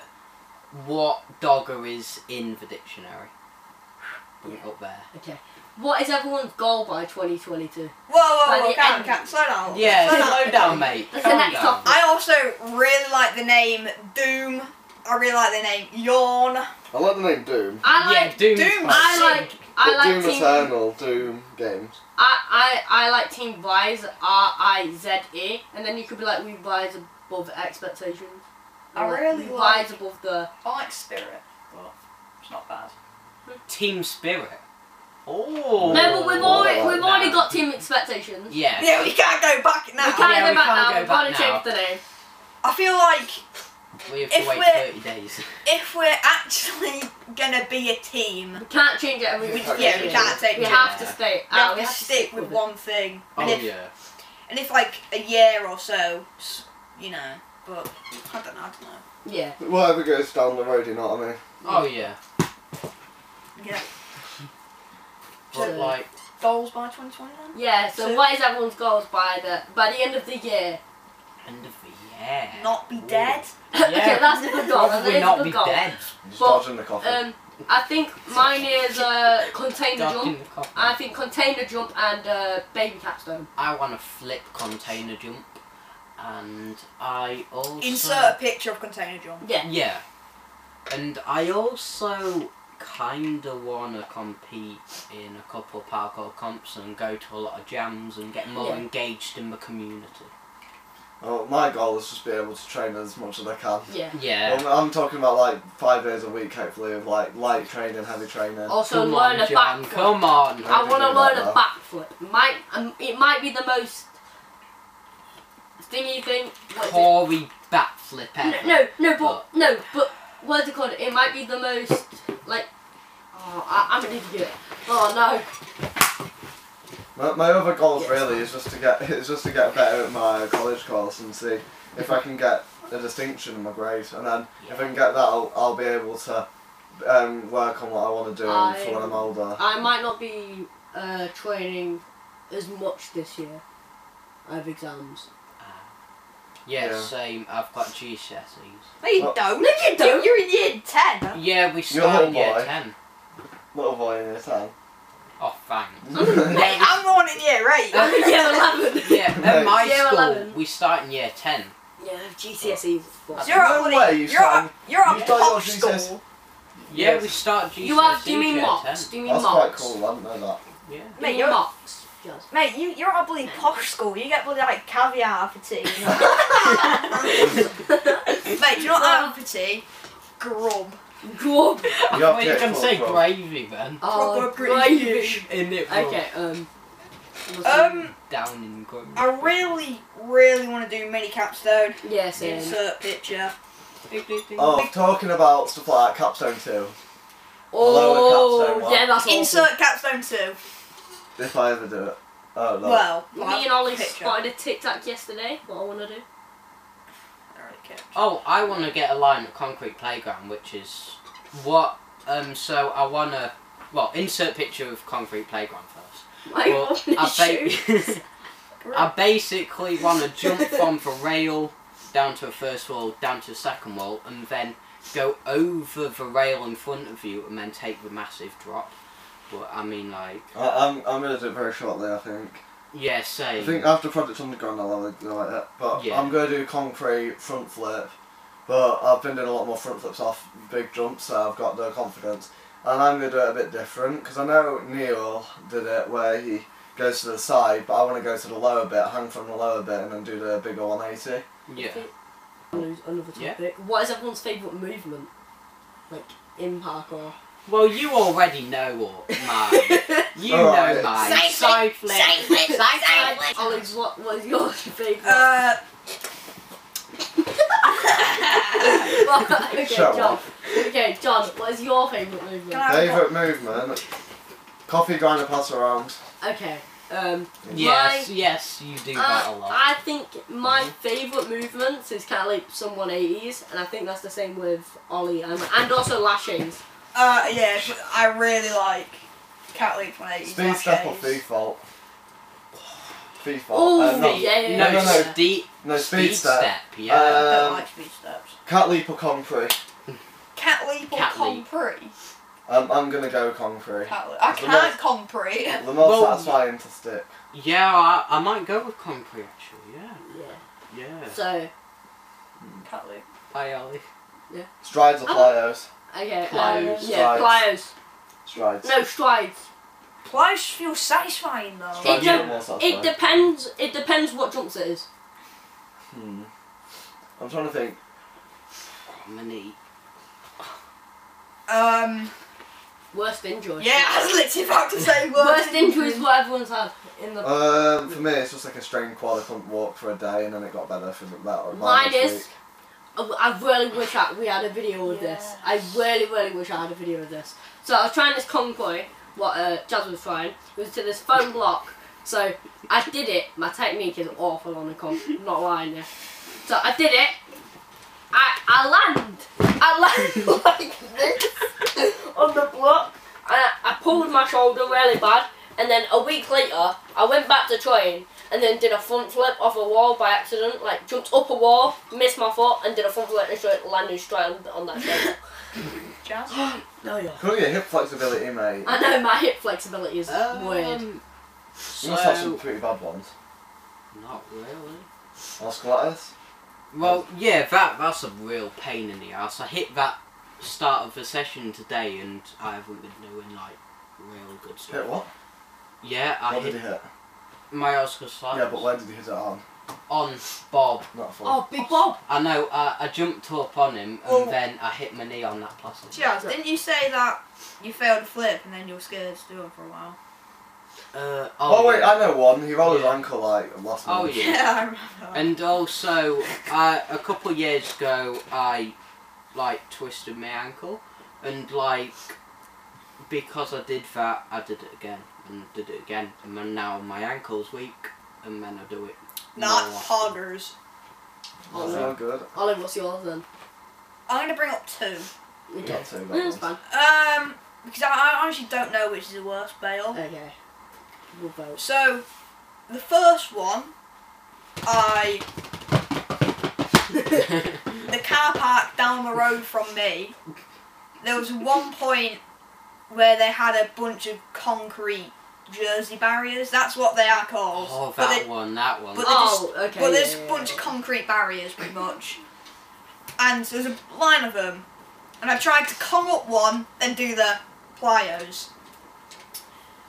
Speaker 2: what dogger is in the dictionary? Put it up there.
Speaker 4: What is everyone's goal by 2022?
Speaker 1: Whoa, whoa,
Speaker 4: By
Speaker 1: whoa!
Speaker 4: the
Speaker 1: Can,
Speaker 4: end.
Speaker 1: can, slow down.
Speaker 2: Yeah,
Speaker 1: slow down.
Speaker 2: slow down, mate.
Speaker 4: Oh. That's the
Speaker 2: Calm
Speaker 4: next
Speaker 2: down.
Speaker 4: topic.
Speaker 1: I also really like the name Doom. I really like the name Yawn.
Speaker 3: I like the name Doom.
Speaker 4: I
Speaker 2: yeah,
Speaker 4: like
Speaker 2: Doom's
Speaker 1: Doom.
Speaker 2: fine.
Speaker 4: I like I like
Speaker 3: Doom
Speaker 4: Team
Speaker 3: Eternal, Doom games.
Speaker 4: I, I, I like Team Wise, R I Z E, and then you could be like, we rise above expectations.
Speaker 1: I
Speaker 4: Or,
Speaker 1: really
Speaker 4: we
Speaker 1: like-
Speaker 4: rise above the.
Speaker 1: I like Spirit, but it's not bad.
Speaker 2: Team Spirit. Oh.
Speaker 4: No, but we've
Speaker 3: all-
Speaker 4: already,
Speaker 3: like
Speaker 4: we've
Speaker 2: that.
Speaker 4: already got Team Expectations.
Speaker 2: Yeah.
Speaker 1: Yeah, we can't go back now.
Speaker 4: We can't
Speaker 2: Yeah,
Speaker 4: go
Speaker 2: we
Speaker 4: back
Speaker 2: can't
Speaker 4: now.
Speaker 2: go
Speaker 4: We've
Speaker 2: back
Speaker 4: already
Speaker 2: now.
Speaker 4: changed the name.
Speaker 1: I feel like
Speaker 2: We have to
Speaker 1: If
Speaker 2: wait
Speaker 1: we're-
Speaker 2: 30 days.
Speaker 1: if we're actually gonna be a team,
Speaker 4: We can't change it every
Speaker 1: we,
Speaker 4: week.
Speaker 3: Okay.
Speaker 1: yeah, we can't take.
Speaker 4: We
Speaker 1: We
Speaker 2: Yeah.
Speaker 4: have to stay. uh,
Speaker 1: have
Speaker 4: we
Speaker 1: to stick with
Speaker 4: it.
Speaker 1: one thing, and
Speaker 2: Oh,
Speaker 1: if
Speaker 2: yeah.
Speaker 1: and if like a year or so, s- you know. But I don't know. I don't know.
Speaker 4: Yeah.
Speaker 3: Whatever goes down the road, you know what I mean?
Speaker 2: Oh, yeah.
Speaker 1: Yeah,
Speaker 2: But,
Speaker 4: So-
Speaker 2: like,
Speaker 1: goals by 2020 then.
Speaker 4: Yeah, so,
Speaker 1: So-
Speaker 4: what is everyone's goals by the by the end of the year?
Speaker 2: end of the year.
Speaker 1: Not be
Speaker 2: Ooh.
Speaker 1: dead.
Speaker 4: okay, that's a good goal. that
Speaker 2: Probably
Speaker 4: is a
Speaker 2: not
Speaker 4: good
Speaker 2: be
Speaker 4: goal.
Speaker 2: dead.
Speaker 3: Just
Speaker 4: But,
Speaker 3: dodging the coffin.
Speaker 4: Um, I think mine is uh, contain the
Speaker 2: Duck in
Speaker 4: jump.
Speaker 2: the coffin.
Speaker 4: I think contain the jump and uh, baby capstone.
Speaker 2: I want to flip container jump, and I also
Speaker 1: Insert a picture of container jump.
Speaker 4: Yeah.
Speaker 2: Yeah, and I also kind of want to compete in a couple of parkour comps and go to a lot of jams and get more
Speaker 4: Yeah.
Speaker 2: engaged in the community.
Speaker 3: oh, my goal is just be able to train as much as I can.
Speaker 4: Yeah.
Speaker 2: Yeah,
Speaker 3: I'm, I'm talking about like five days a week, hopefully, of like light training, heavy training.
Speaker 4: Also
Speaker 2: come
Speaker 4: learn
Speaker 2: on,
Speaker 4: a
Speaker 2: John,
Speaker 4: backflip.
Speaker 2: come on.
Speaker 4: I
Speaker 3: Don't
Speaker 4: want to
Speaker 3: do that,
Speaker 4: learn a
Speaker 3: though.
Speaker 4: backflip. Might um, it might be the most thingy thing. What is it?
Speaker 2: Corey backflip
Speaker 4: No,
Speaker 2: ever.
Speaker 4: no, no, but no, but what's it called? It might be the most like. Oh, I, I'm an idiot. Oh no.
Speaker 3: My, my other goal
Speaker 4: Yes.
Speaker 3: really is just to get is just to get better at my college course and see if I can get a distinction in my grade, and then if I can get that, I'll, I'll be able to um, work on what I want to do
Speaker 4: I-
Speaker 3: for when I'm older.
Speaker 4: I might not be uh, training as much this year. I have exams.
Speaker 2: Yeah,
Speaker 3: Yeah.
Speaker 2: same. I've got E. GCSEs.
Speaker 1: No, you
Speaker 3: Well-
Speaker 1: don't. No, you
Speaker 4: don't.
Speaker 1: You're in year ten.
Speaker 2: Yeah, we
Speaker 3: You're eh? a little
Speaker 2: started year
Speaker 3: boy.
Speaker 2: ten.
Speaker 3: Little boy in his hand.
Speaker 2: Oh, thanks.
Speaker 1: Hey, I'm the one in year eight.
Speaker 2: Uh,
Speaker 4: yeah, eleven.
Speaker 2: Yeah, at my
Speaker 4: Yeah,
Speaker 2: school,
Speaker 4: 11.
Speaker 2: we start in year 10.
Speaker 4: Yeah, GCSEs.
Speaker 1: So you're
Speaker 3: No
Speaker 1: at bloody-
Speaker 3: way, you
Speaker 1: you're at,
Speaker 3: son.
Speaker 1: you're at
Speaker 3: You've done your
Speaker 1: top
Speaker 3: GCSEs.
Speaker 1: school.
Speaker 2: Yeah,
Speaker 3: Yes.
Speaker 2: we start GCSE
Speaker 4: You have? Do you mean
Speaker 2: year
Speaker 4: mocks? Do you mean
Speaker 3: That's quite
Speaker 4: mocks?
Speaker 3: cool. I didn't know that.
Speaker 2: Yeah.
Speaker 4: Do you
Speaker 1: Mate,
Speaker 4: mean
Speaker 1: you're-
Speaker 4: mocks? Yes.
Speaker 1: Mate, you, you're at a bloody posh school. You get bloody like caviar for tea. Mate, do you know what I'm for tea? Grub.
Speaker 4: Grub.
Speaker 3: You have
Speaker 2: Well,
Speaker 3: to
Speaker 2: you
Speaker 3: get
Speaker 2: can
Speaker 3: full
Speaker 2: say
Speaker 3: from-
Speaker 2: gravy then.
Speaker 4: Oh,
Speaker 1: Proper British
Speaker 4: gravy.
Speaker 1: dish.
Speaker 2: In it
Speaker 4: Okay. Um.
Speaker 1: Um,
Speaker 2: down in gravy.
Speaker 1: I really, really want to do mini capstone.
Speaker 4: Yeah. Same.
Speaker 1: Insert picture.
Speaker 3: Oh, talking about stuff like that, Capstone 2, Lower capstone
Speaker 4: oh,
Speaker 3: one.
Speaker 4: yeah. That's awesome.
Speaker 1: Insert capstone too.
Speaker 3: if I ever do it. Oh, no.
Speaker 1: Well,
Speaker 4: Me and Ollie
Speaker 1: picture.
Speaker 4: spotted a Tic Tac yesterday. What I want to do?
Speaker 1: I don't really care.
Speaker 2: Oh, I want to get a line at Concrete Playground, which is what. Um, so I want to. Well, insert picture of Concrete Playground first.
Speaker 4: I
Speaker 2: Well,
Speaker 4: want to
Speaker 2: I,
Speaker 4: shoot.
Speaker 1: Grub.
Speaker 2: I basically want to jump from the rail down to a first wall, down to a second wall, and then go over the rail in front of you and then take the massive drop. But I mean, like,
Speaker 3: I, I'm, I'm going to do it very shortly, I think.
Speaker 2: yeah,
Speaker 3: Uh, I
Speaker 2: same.
Speaker 3: think after Project Underground, I'll have a go at it. But
Speaker 2: Yeah.
Speaker 3: I'm going to do concrete front flip. But I've been doing a lot more front flips off big jumps, so I've got no confidence. And I'm going to do it a bit different because I know Neil did it where he goes to the side, but I want to go to the lower bit, hang from the lower bit, and then do the bigger 180.
Speaker 2: yeah.
Speaker 4: Lose another
Speaker 2: Yeah.
Speaker 4: topic. What is everyone's favourite movement? Like in parkour.
Speaker 2: Well, you already know what mine. You
Speaker 3: All
Speaker 2: know
Speaker 3: right.
Speaker 2: mine.
Speaker 1: Side
Speaker 2: Side flip.
Speaker 4: Alex, what was your favourite?
Speaker 1: Uh,
Speaker 4: okay,
Speaker 3: Shut
Speaker 4: John.
Speaker 3: up.
Speaker 4: Okay, John. What is your favourite movement?
Speaker 1: Can I- Okay.
Speaker 3: Favourite movement? Coffee grinder pass around.
Speaker 4: Okay. Um,
Speaker 2: Yes, yes, you do that a
Speaker 4: I,
Speaker 2: lot.
Speaker 4: uh,
Speaker 2: Mm-hmm.
Speaker 4: I think my favourite movements is kind of like some 180s, and I think that's the same with Ollie and, and also lashings.
Speaker 1: uh, yeah, but I really like Cat Leap 180.
Speaker 3: Speed step or feed fault? Feed fault.
Speaker 4: Oh,
Speaker 3: uh, no,
Speaker 4: yeah, yeah,
Speaker 2: no,
Speaker 3: no, no, no.
Speaker 2: Deep,
Speaker 3: no, speed,
Speaker 2: speed
Speaker 3: step.
Speaker 2: step. Yeah.
Speaker 1: I don't
Speaker 3: Um,
Speaker 1: like speed steps.
Speaker 3: Cat leap or concrete?
Speaker 1: Cat Leap or
Speaker 2: Cat Leap.
Speaker 1: Compre?
Speaker 3: Um, I'm going to go concrete.
Speaker 1: Cat Leap. I
Speaker 3: It's the
Speaker 1: can't Compre.
Speaker 3: The most
Speaker 2: Well-
Speaker 3: satisfying to stick.
Speaker 2: yeah, I, I might go with concrete actually. Yeah.
Speaker 4: Yeah.
Speaker 2: Yeah.
Speaker 4: So
Speaker 1: Cat Leap.
Speaker 2: Hi, Ollie.
Speaker 3: Strides or
Speaker 4: Oh.
Speaker 3: plyos?
Speaker 4: okay. um,
Speaker 2: Pliers.
Speaker 4: yeah,
Speaker 3: Pliers.
Speaker 4: pliers.
Speaker 3: Strides.
Speaker 4: No strides.
Speaker 1: Plies feels satisfying though.
Speaker 3: Strides
Speaker 4: It
Speaker 3: are
Speaker 4: don't-
Speaker 3: more
Speaker 2: Oh,
Speaker 3: satisfying.
Speaker 4: It depends. It depends what jumps it is.
Speaker 3: Hmm. I'm trying to think.
Speaker 2: Mini.
Speaker 1: Um,
Speaker 4: Worst injury.
Speaker 1: yeah, I was literally about to say worst.
Speaker 4: Worst injury is what everyone's had in
Speaker 2: Oh,
Speaker 4: the.
Speaker 3: Um, for me, it's just like a strained quad. I couldn't walk for a day, and then it got better from that. Or
Speaker 4: Mine
Speaker 3: this
Speaker 4: is.
Speaker 3: week.
Speaker 4: I I really wish I, we had a video of this. I really, really wish I had a video of this. So I was trying this convoy, what uh, Jazz was trying. It was to this phone block. So I did it. My technique is awful on the con. not lying there. So I did it. I I land. I land like this on the block. I, I pulled my shoulder really bad. And then a week later, I went back to train and then did a front flip off a wall by accident. Like jumped up a wall, missed my foot, and did a front flip and straight landed straight on that shoulder.
Speaker 1: Jazz.
Speaker 4: no, yeah.
Speaker 3: Could your hip flexibility, mate.
Speaker 4: I know my hip flexibility is weird.
Speaker 2: Um,
Speaker 3: You must have
Speaker 2: so,
Speaker 3: some pretty bad ones.
Speaker 2: not really.
Speaker 3: Osculatus.
Speaker 2: Well, yeah, that that's a real pain in the ass. I hit that start of the session today, and I haven't been doing like real good stuff.
Speaker 3: Hit what?
Speaker 2: Yeah, I
Speaker 3: what
Speaker 2: hit,
Speaker 3: did you hit?
Speaker 2: my Oscar slide
Speaker 3: Yeah, but where did you hit it on?
Speaker 2: on Bob.
Speaker 3: Not for.
Speaker 4: Oh, big Bob.
Speaker 2: I know. I, I jumped up on him, and
Speaker 1: Oh.
Speaker 2: then I hit my knee on that plastic.
Speaker 1: Jazz, didn't you say that you failed a flip and then you were scared to do it for a while?
Speaker 2: Uh, oh,
Speaker 3: Oh, wait,
Speaker 2: yeah.
Speaker 3: I know one. He rolled his
Speaker 2: Yeah.
Speaker 3: ankle like last
Speaker 2: Oh,
Speaker 3: month.
Speaker 2: Yeah.
Speaker 1: Yeah, I remember.
Speaker 2: And also, I, a couple of years ago, I like twisted my ankle, and like because I did that, I did it again and did it again, and then now my ankle's weak, and then I do it.
Speaker 1: Not
Speaker 2: more often.
Speaker 1: hoggers.
Speaker 4: Oh,
Speaker 3: That's
Speaker 2: Yeah.
Speaker 3: not good.
Speaker 4: Ollie, what's yours then?
Speaker 1: I'm gonna bring up two.
Speaker 3: We got two
Speaker 4: Yeah, it's
Speaker 3: that
Speaker 4: fine.
Speaker 1: Um, because I, I honestly don't know which is the worst bail.
Speaker 4: Okay. We'll vote.
Speaker 1: So, the first one, I the car park down the road from me, there was one point where they had a bunch of concrete jersey barriers. That's what they are called.
Speaker 2: oh,
Speaker 1: but
Speaker 2: that
Speaker 1: they,
Speaker 2: one, that one.
Speaker 1: but they just-
Speaker 4: Oh, okay.
Speaker 1: but
Speaker 4: yeah,
Speaker 1: there's
Speaker 4: yeah,
Speaker 1: a
Speaker 4: yeah.
Speaker 1: bunch of concrete barriers, pretty much. And there's a line of them. And I tried to come up one, then do the plyos.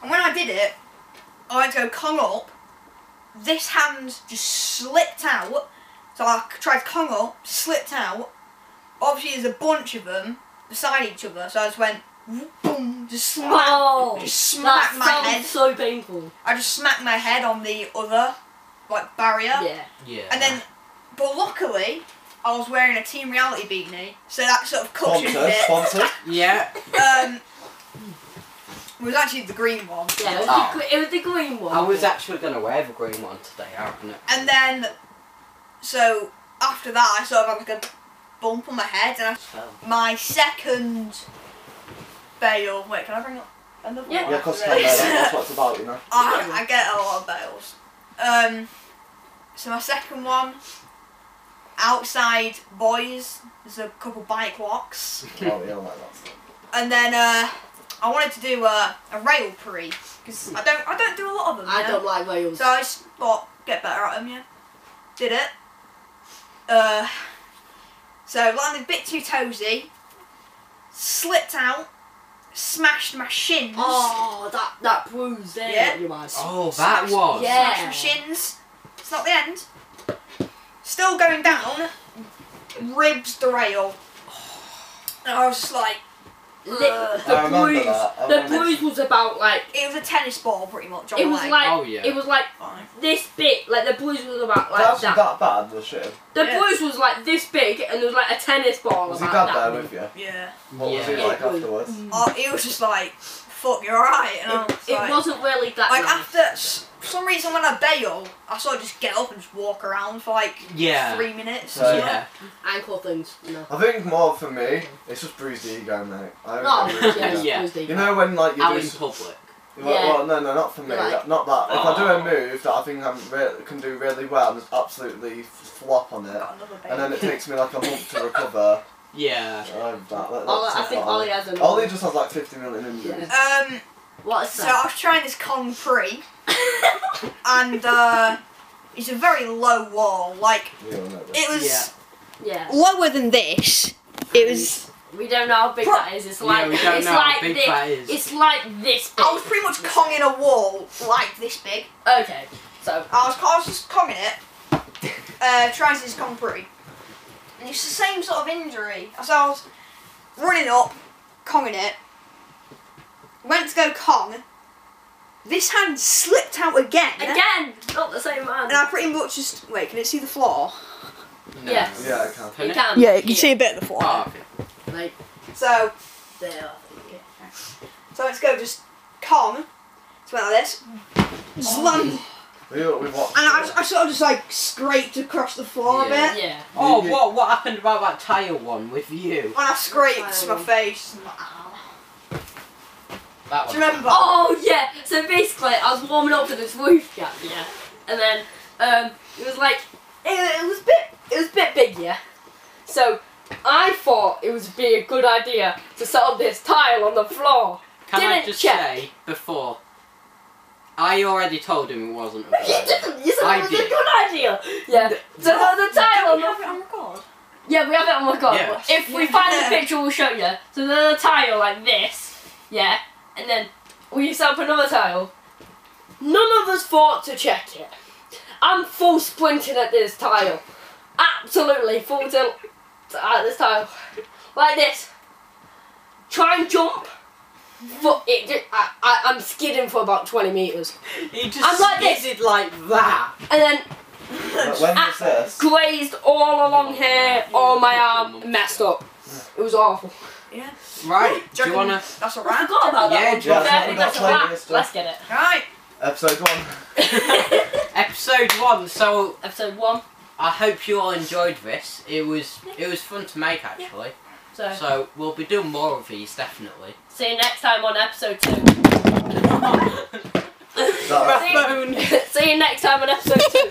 Speaker 1: And when I did it, I went to go Kong up. This hand just slipped out. So I c- tried to Kong up, slipped out. Obviously, there's a bunch of them beside each other. So I just went, boom, just smacked,
Speaker 4: Oh,
Speaker 1: just smacked
Speaker 4: that
Speaker 1: my
Speaker 4: sounds
Speaker 1: head.
Speaker 4: so painful.
Speaker 1: I just smacked my head on the other, like, barrier.
Speaker 4: Yeah.
Speaker 2: yeah.
Speaker 1: And then, but luckily, I was wearing a Team Reality beanie, so that sort of cushioned
Speaker 3: Sponsored,
Speaker 1: it.
Speaker 3: sponsored.
Speaker 2: yeah.
Speaker 1: Um, it was actually the green one.
Speaker 4: Yeah, it was,
Speaker 2: Oh.
Speaker 4: the, gre- it was the green one.
Speaker 2: I was actually gonna wear the green one today, aren't I?
Speaker 1: And then, so after that, I sort of had like a bump on my head, and
Speaker 2: So.
Speaker 1: I, my second bail. Wait, can I bring up another
Speaker 4: Yeah.
Speaker 1: one?
Speaker 3: Yeah, because
Speaker 1: after this?
Speaker 3: that's what it's about, you know.
Speaker 1: I, I get a lot of bails. Um, so my second one, outside boys, there's a couple bike walks.
Speaker 3: Oh, yeah, like that.
Speaker 1: and then uh, I wanted to do uh, a rail pre because I don't I don't do a lot of them.
Speaker 4: I
Speaker 1: yeah.
Speaker 4: don't like Wales.
Speaker 1: So I just thought get better at them. Yeah, did it. Uh, so landed a bit too toesy, slipped out, smashed my shins.
Speaker 4: oh, that that bruise there.
Speaker 1: Yeah.
Speaker 4: that You had.
Speaker 2: Oh, that
Speaker 1: Smashed-
Speaker 2: was.
Speaker 4: Yeah.
Speaker 1: Smashed my shins. It's not the end. Still going down. Ribs the rail. And I was just like,
Speaker 4: Li-
Speaker 1: Ugh.
Speaker 4: the
Speaker 3: I remember
Speaker 4: bruise.
Speaker 3: that, I
Speaker 4: The
Speaker 3: remember
Speaker 4: bruise was about like
Speaker 1: it was a tennis ball pretty much. On
Speaker 4: it
Speaker 1: my
Speaker 4: was
Speaker 1: leg.
Speaker 4: like
Speaker 2: Oh, yeah.
Speaker 4: it was like
Speaker 1: Fine.
Speaker 4: this big. Like the bruise was about like
Speaker 3: That's
Speaker 4: that.
Speaker 3: that bad, the shit.
Speaker 4: The
Speaker 1: Yeah.
Speaker 4: bruise was like this big, and there was like a tennis ball
Speaker 3: Was your
Speaker 4: about
Speaker 3: dad
Speaker 4: that.
Speaker 3: there
Speaker 4: big.
Speaker 3: with you?
Speaker 1: Yeah.
Speaker 3: What was he
Speaker 2: Yeah.
Speaker 3: like
Speaker 4: It was-
Speaker 3: afterwards?
Speaker 1: Oh, he was just like, fuck, you're alright. And I
Speaker 4: It,
Speaker 1: was
Speaker 4: it
Speaker 1: like,
Speaker 4: wasn't really that.
Speaker 1: like
Speaker 4: nice.
Speaker 1: after, s- for some reason when I bail, I sort of just get up and just walk around for like
Speaker 2: Yeah.
Speaker 1: three minutes.
Speaker 3: So-
Speaker 1: or something.
Speaker 2: yeah.
Speaker 4: ankle things. No.
Speaker 3: I think more for me, it's just bruised ego, mate. I
Speaker 4: No,
Speaker 3: always get
Speaker 4: yeah,
Speaker 3: bruised ego.
Speaker 2: Yeah.
Speaker 4: Bruised
Speaker 3: You
Speaker 4: ego.
Speaker 3: know when like you
Speaker 2: Out
Speaker 3: do
Speaker 2: in
Speaker 3: s-
Speaker 2: public.
Speaker 3: Well,
Speaker 4: Yeah.
Speaker 3: well, no, no, not for me.
Speaker 4: Right.
Speaker 3: that- Not that. If I do
Speaker 2: Oh.
Speaker 3: a move that I think I'm re- can do really well, and just absolutely f- flop on it,
Speaker 1: Got another bail.
Speaker 3: and then it takes me like a month to recover.
Speaker 2: Yeah.
Speaker 3: Oh, that, that,
Speaker 4: Ollie, I
Speaker 3: that's
Speaker 4: think
Speaker 3: not
Speaker 4: Ollie
Speaker 3: Ollie.
Speaker 4: has an.
Speaker 3: Ollie just has like 50 million injuries.
Speaker 4: Yeah.
Speaker 1: um,
Speaker 4: What is
Speaker 1: so I
Speaker 4: that?
Speaker 1: was trying this Kong Pre, and uh, it's a very low wall. Like
Speaker 3: You all know this.
Speaker 1: it was
Speaker 2: Yeah.
Speaker 4: yeah.
Speaker 1: lower than this. It was
Speaker 4: We don't know how big
Speaker 1: Pro-
Speaker 4: that is. It's like
Speaker 2: yeah, we don't
Speaker 4: it's
Speaker 2: know
Speaker 4: like
Speaker 2: how big
Speaker 4: this.
Speaker 2: that is.
Speaker 4: It's like this. Big.
Speaker 1: I was pretty much conging a wall like this big.
Speaker 4: Okay, so
Speaker 1: I was, I was just conging it, uh, trying to just come pretty. And it's the same sort of injury. So I was running up, conging it, went to go cong. This hand slipped out again.
Speaker 4: again, not the same man.
Speaker 1: And I pretty much just wait. Can it see the floor?
Speaker 2: No.
Speaker 4: Yes.
Speaker 3: Yeah, I can.
Speaker 2: Can
Speaker 4: you
Speaker 2: it?
Speaker 4: can. Yeah.
Speaker 1: a bit of the floor.
Speaker 2: Oh,
Speaker 5: Like,
Speaker 1: So,
Speaker 5: there.
Speaker 1: so let's go just con. So went like this, slammed, and
Speaker 3: We, we watched.
Speaker 1: I, I sort of just like scraped across the floor
Speaker 2: Yeah.
Speaker 1: a bit,
Speaker 4: Yeah.
Speaker 2: oh
Speaker 3: You- you-
Speaker 2: what, what happened about that tyre one with you?
Speaker 1: and I scraped my
Speaker 5: Wow.
Speaker 1: face.
Speaker 2: That
Speaker 1: Do
Speaker 2: one.
Speaker 1: you remember?
Speaker 4: Oh yeah. So basically, I was warming up for this roof gap. Yeah. And then um, it was like it, it was a bit it was a bit big. Yeah. So I thought it would be a good idea to set up this tile on the floor.
Speaker 2: Can I
Speaker 4: Didn't
Speaker 2: just
Speaker 4: check.
Speaker 2: say before? I already told him it wasn't. a
Speaker 4: You
Speaker 2: bird.
Speaker 4: didn't. You said
Speaker 2: I
Speaker 4: it was a
Speaker 2: did.
Speaker 4: good idea. Yeah. So the, the tile on the
Speaker 1: record?
Speaker 4: Yeah, we have it on record.
Speaker 2: Yeah.
Speaker 4: If we
Speaker 1: Yeah.
Speaker 4: find the picture, we'll show you. So there's a tile like this, yeah, and then we set up another tile. None of us thought to check it. I'm full sprinting at this tile. Absolutely full tilt at this tile. Like this. Try and jump. But it just, I, I, I'm skidding for about 20 metres.
Speaker 2: He just
Speaker 4: I'm like this.
Speaker 2: skidded like that.
Speaker 4: And then
Speaker 3: Like, when was
Speaker 4: Ah.
Speaker 3: this?
Speaker 4: glazed all along here, all my arm messed up. It was awful.
Speaker 2: Right. Do you
Speaker 1: Jerking-
Speaker 2: wanna?
Speaker 1: That's
Speaker 4: I
Speaker 1: alright.
Speaker 4: forgot about
Speaker 2: Yeah,
Speaker 4: that. one.
Speaker 2: Jeff.
Speaker 4: Yeah,
Speaker 3: We've
Speaker 4: that's
Speaker 3: got plenty
Speaker 4: a
Speaker 3: of
Speaker 4: wrap.
Speaker 3: stuff.
Speaker 4: Let's get
Speaker 1: Right.
Speaker 3: Episode one.
Speaker 4: it.
Speaker 2: Episode one. So
Speaker 4: Episode one.
Speaker 2: I hope you all enjoyed this. It was it was fun to make actually.
Speaker 4: So,
Speaker 2: So we'll be doing more of these definitely.
Speaker 4: see you next time on episode two.
Speaker 3: That-
Speaker 4: see you next time on episode two.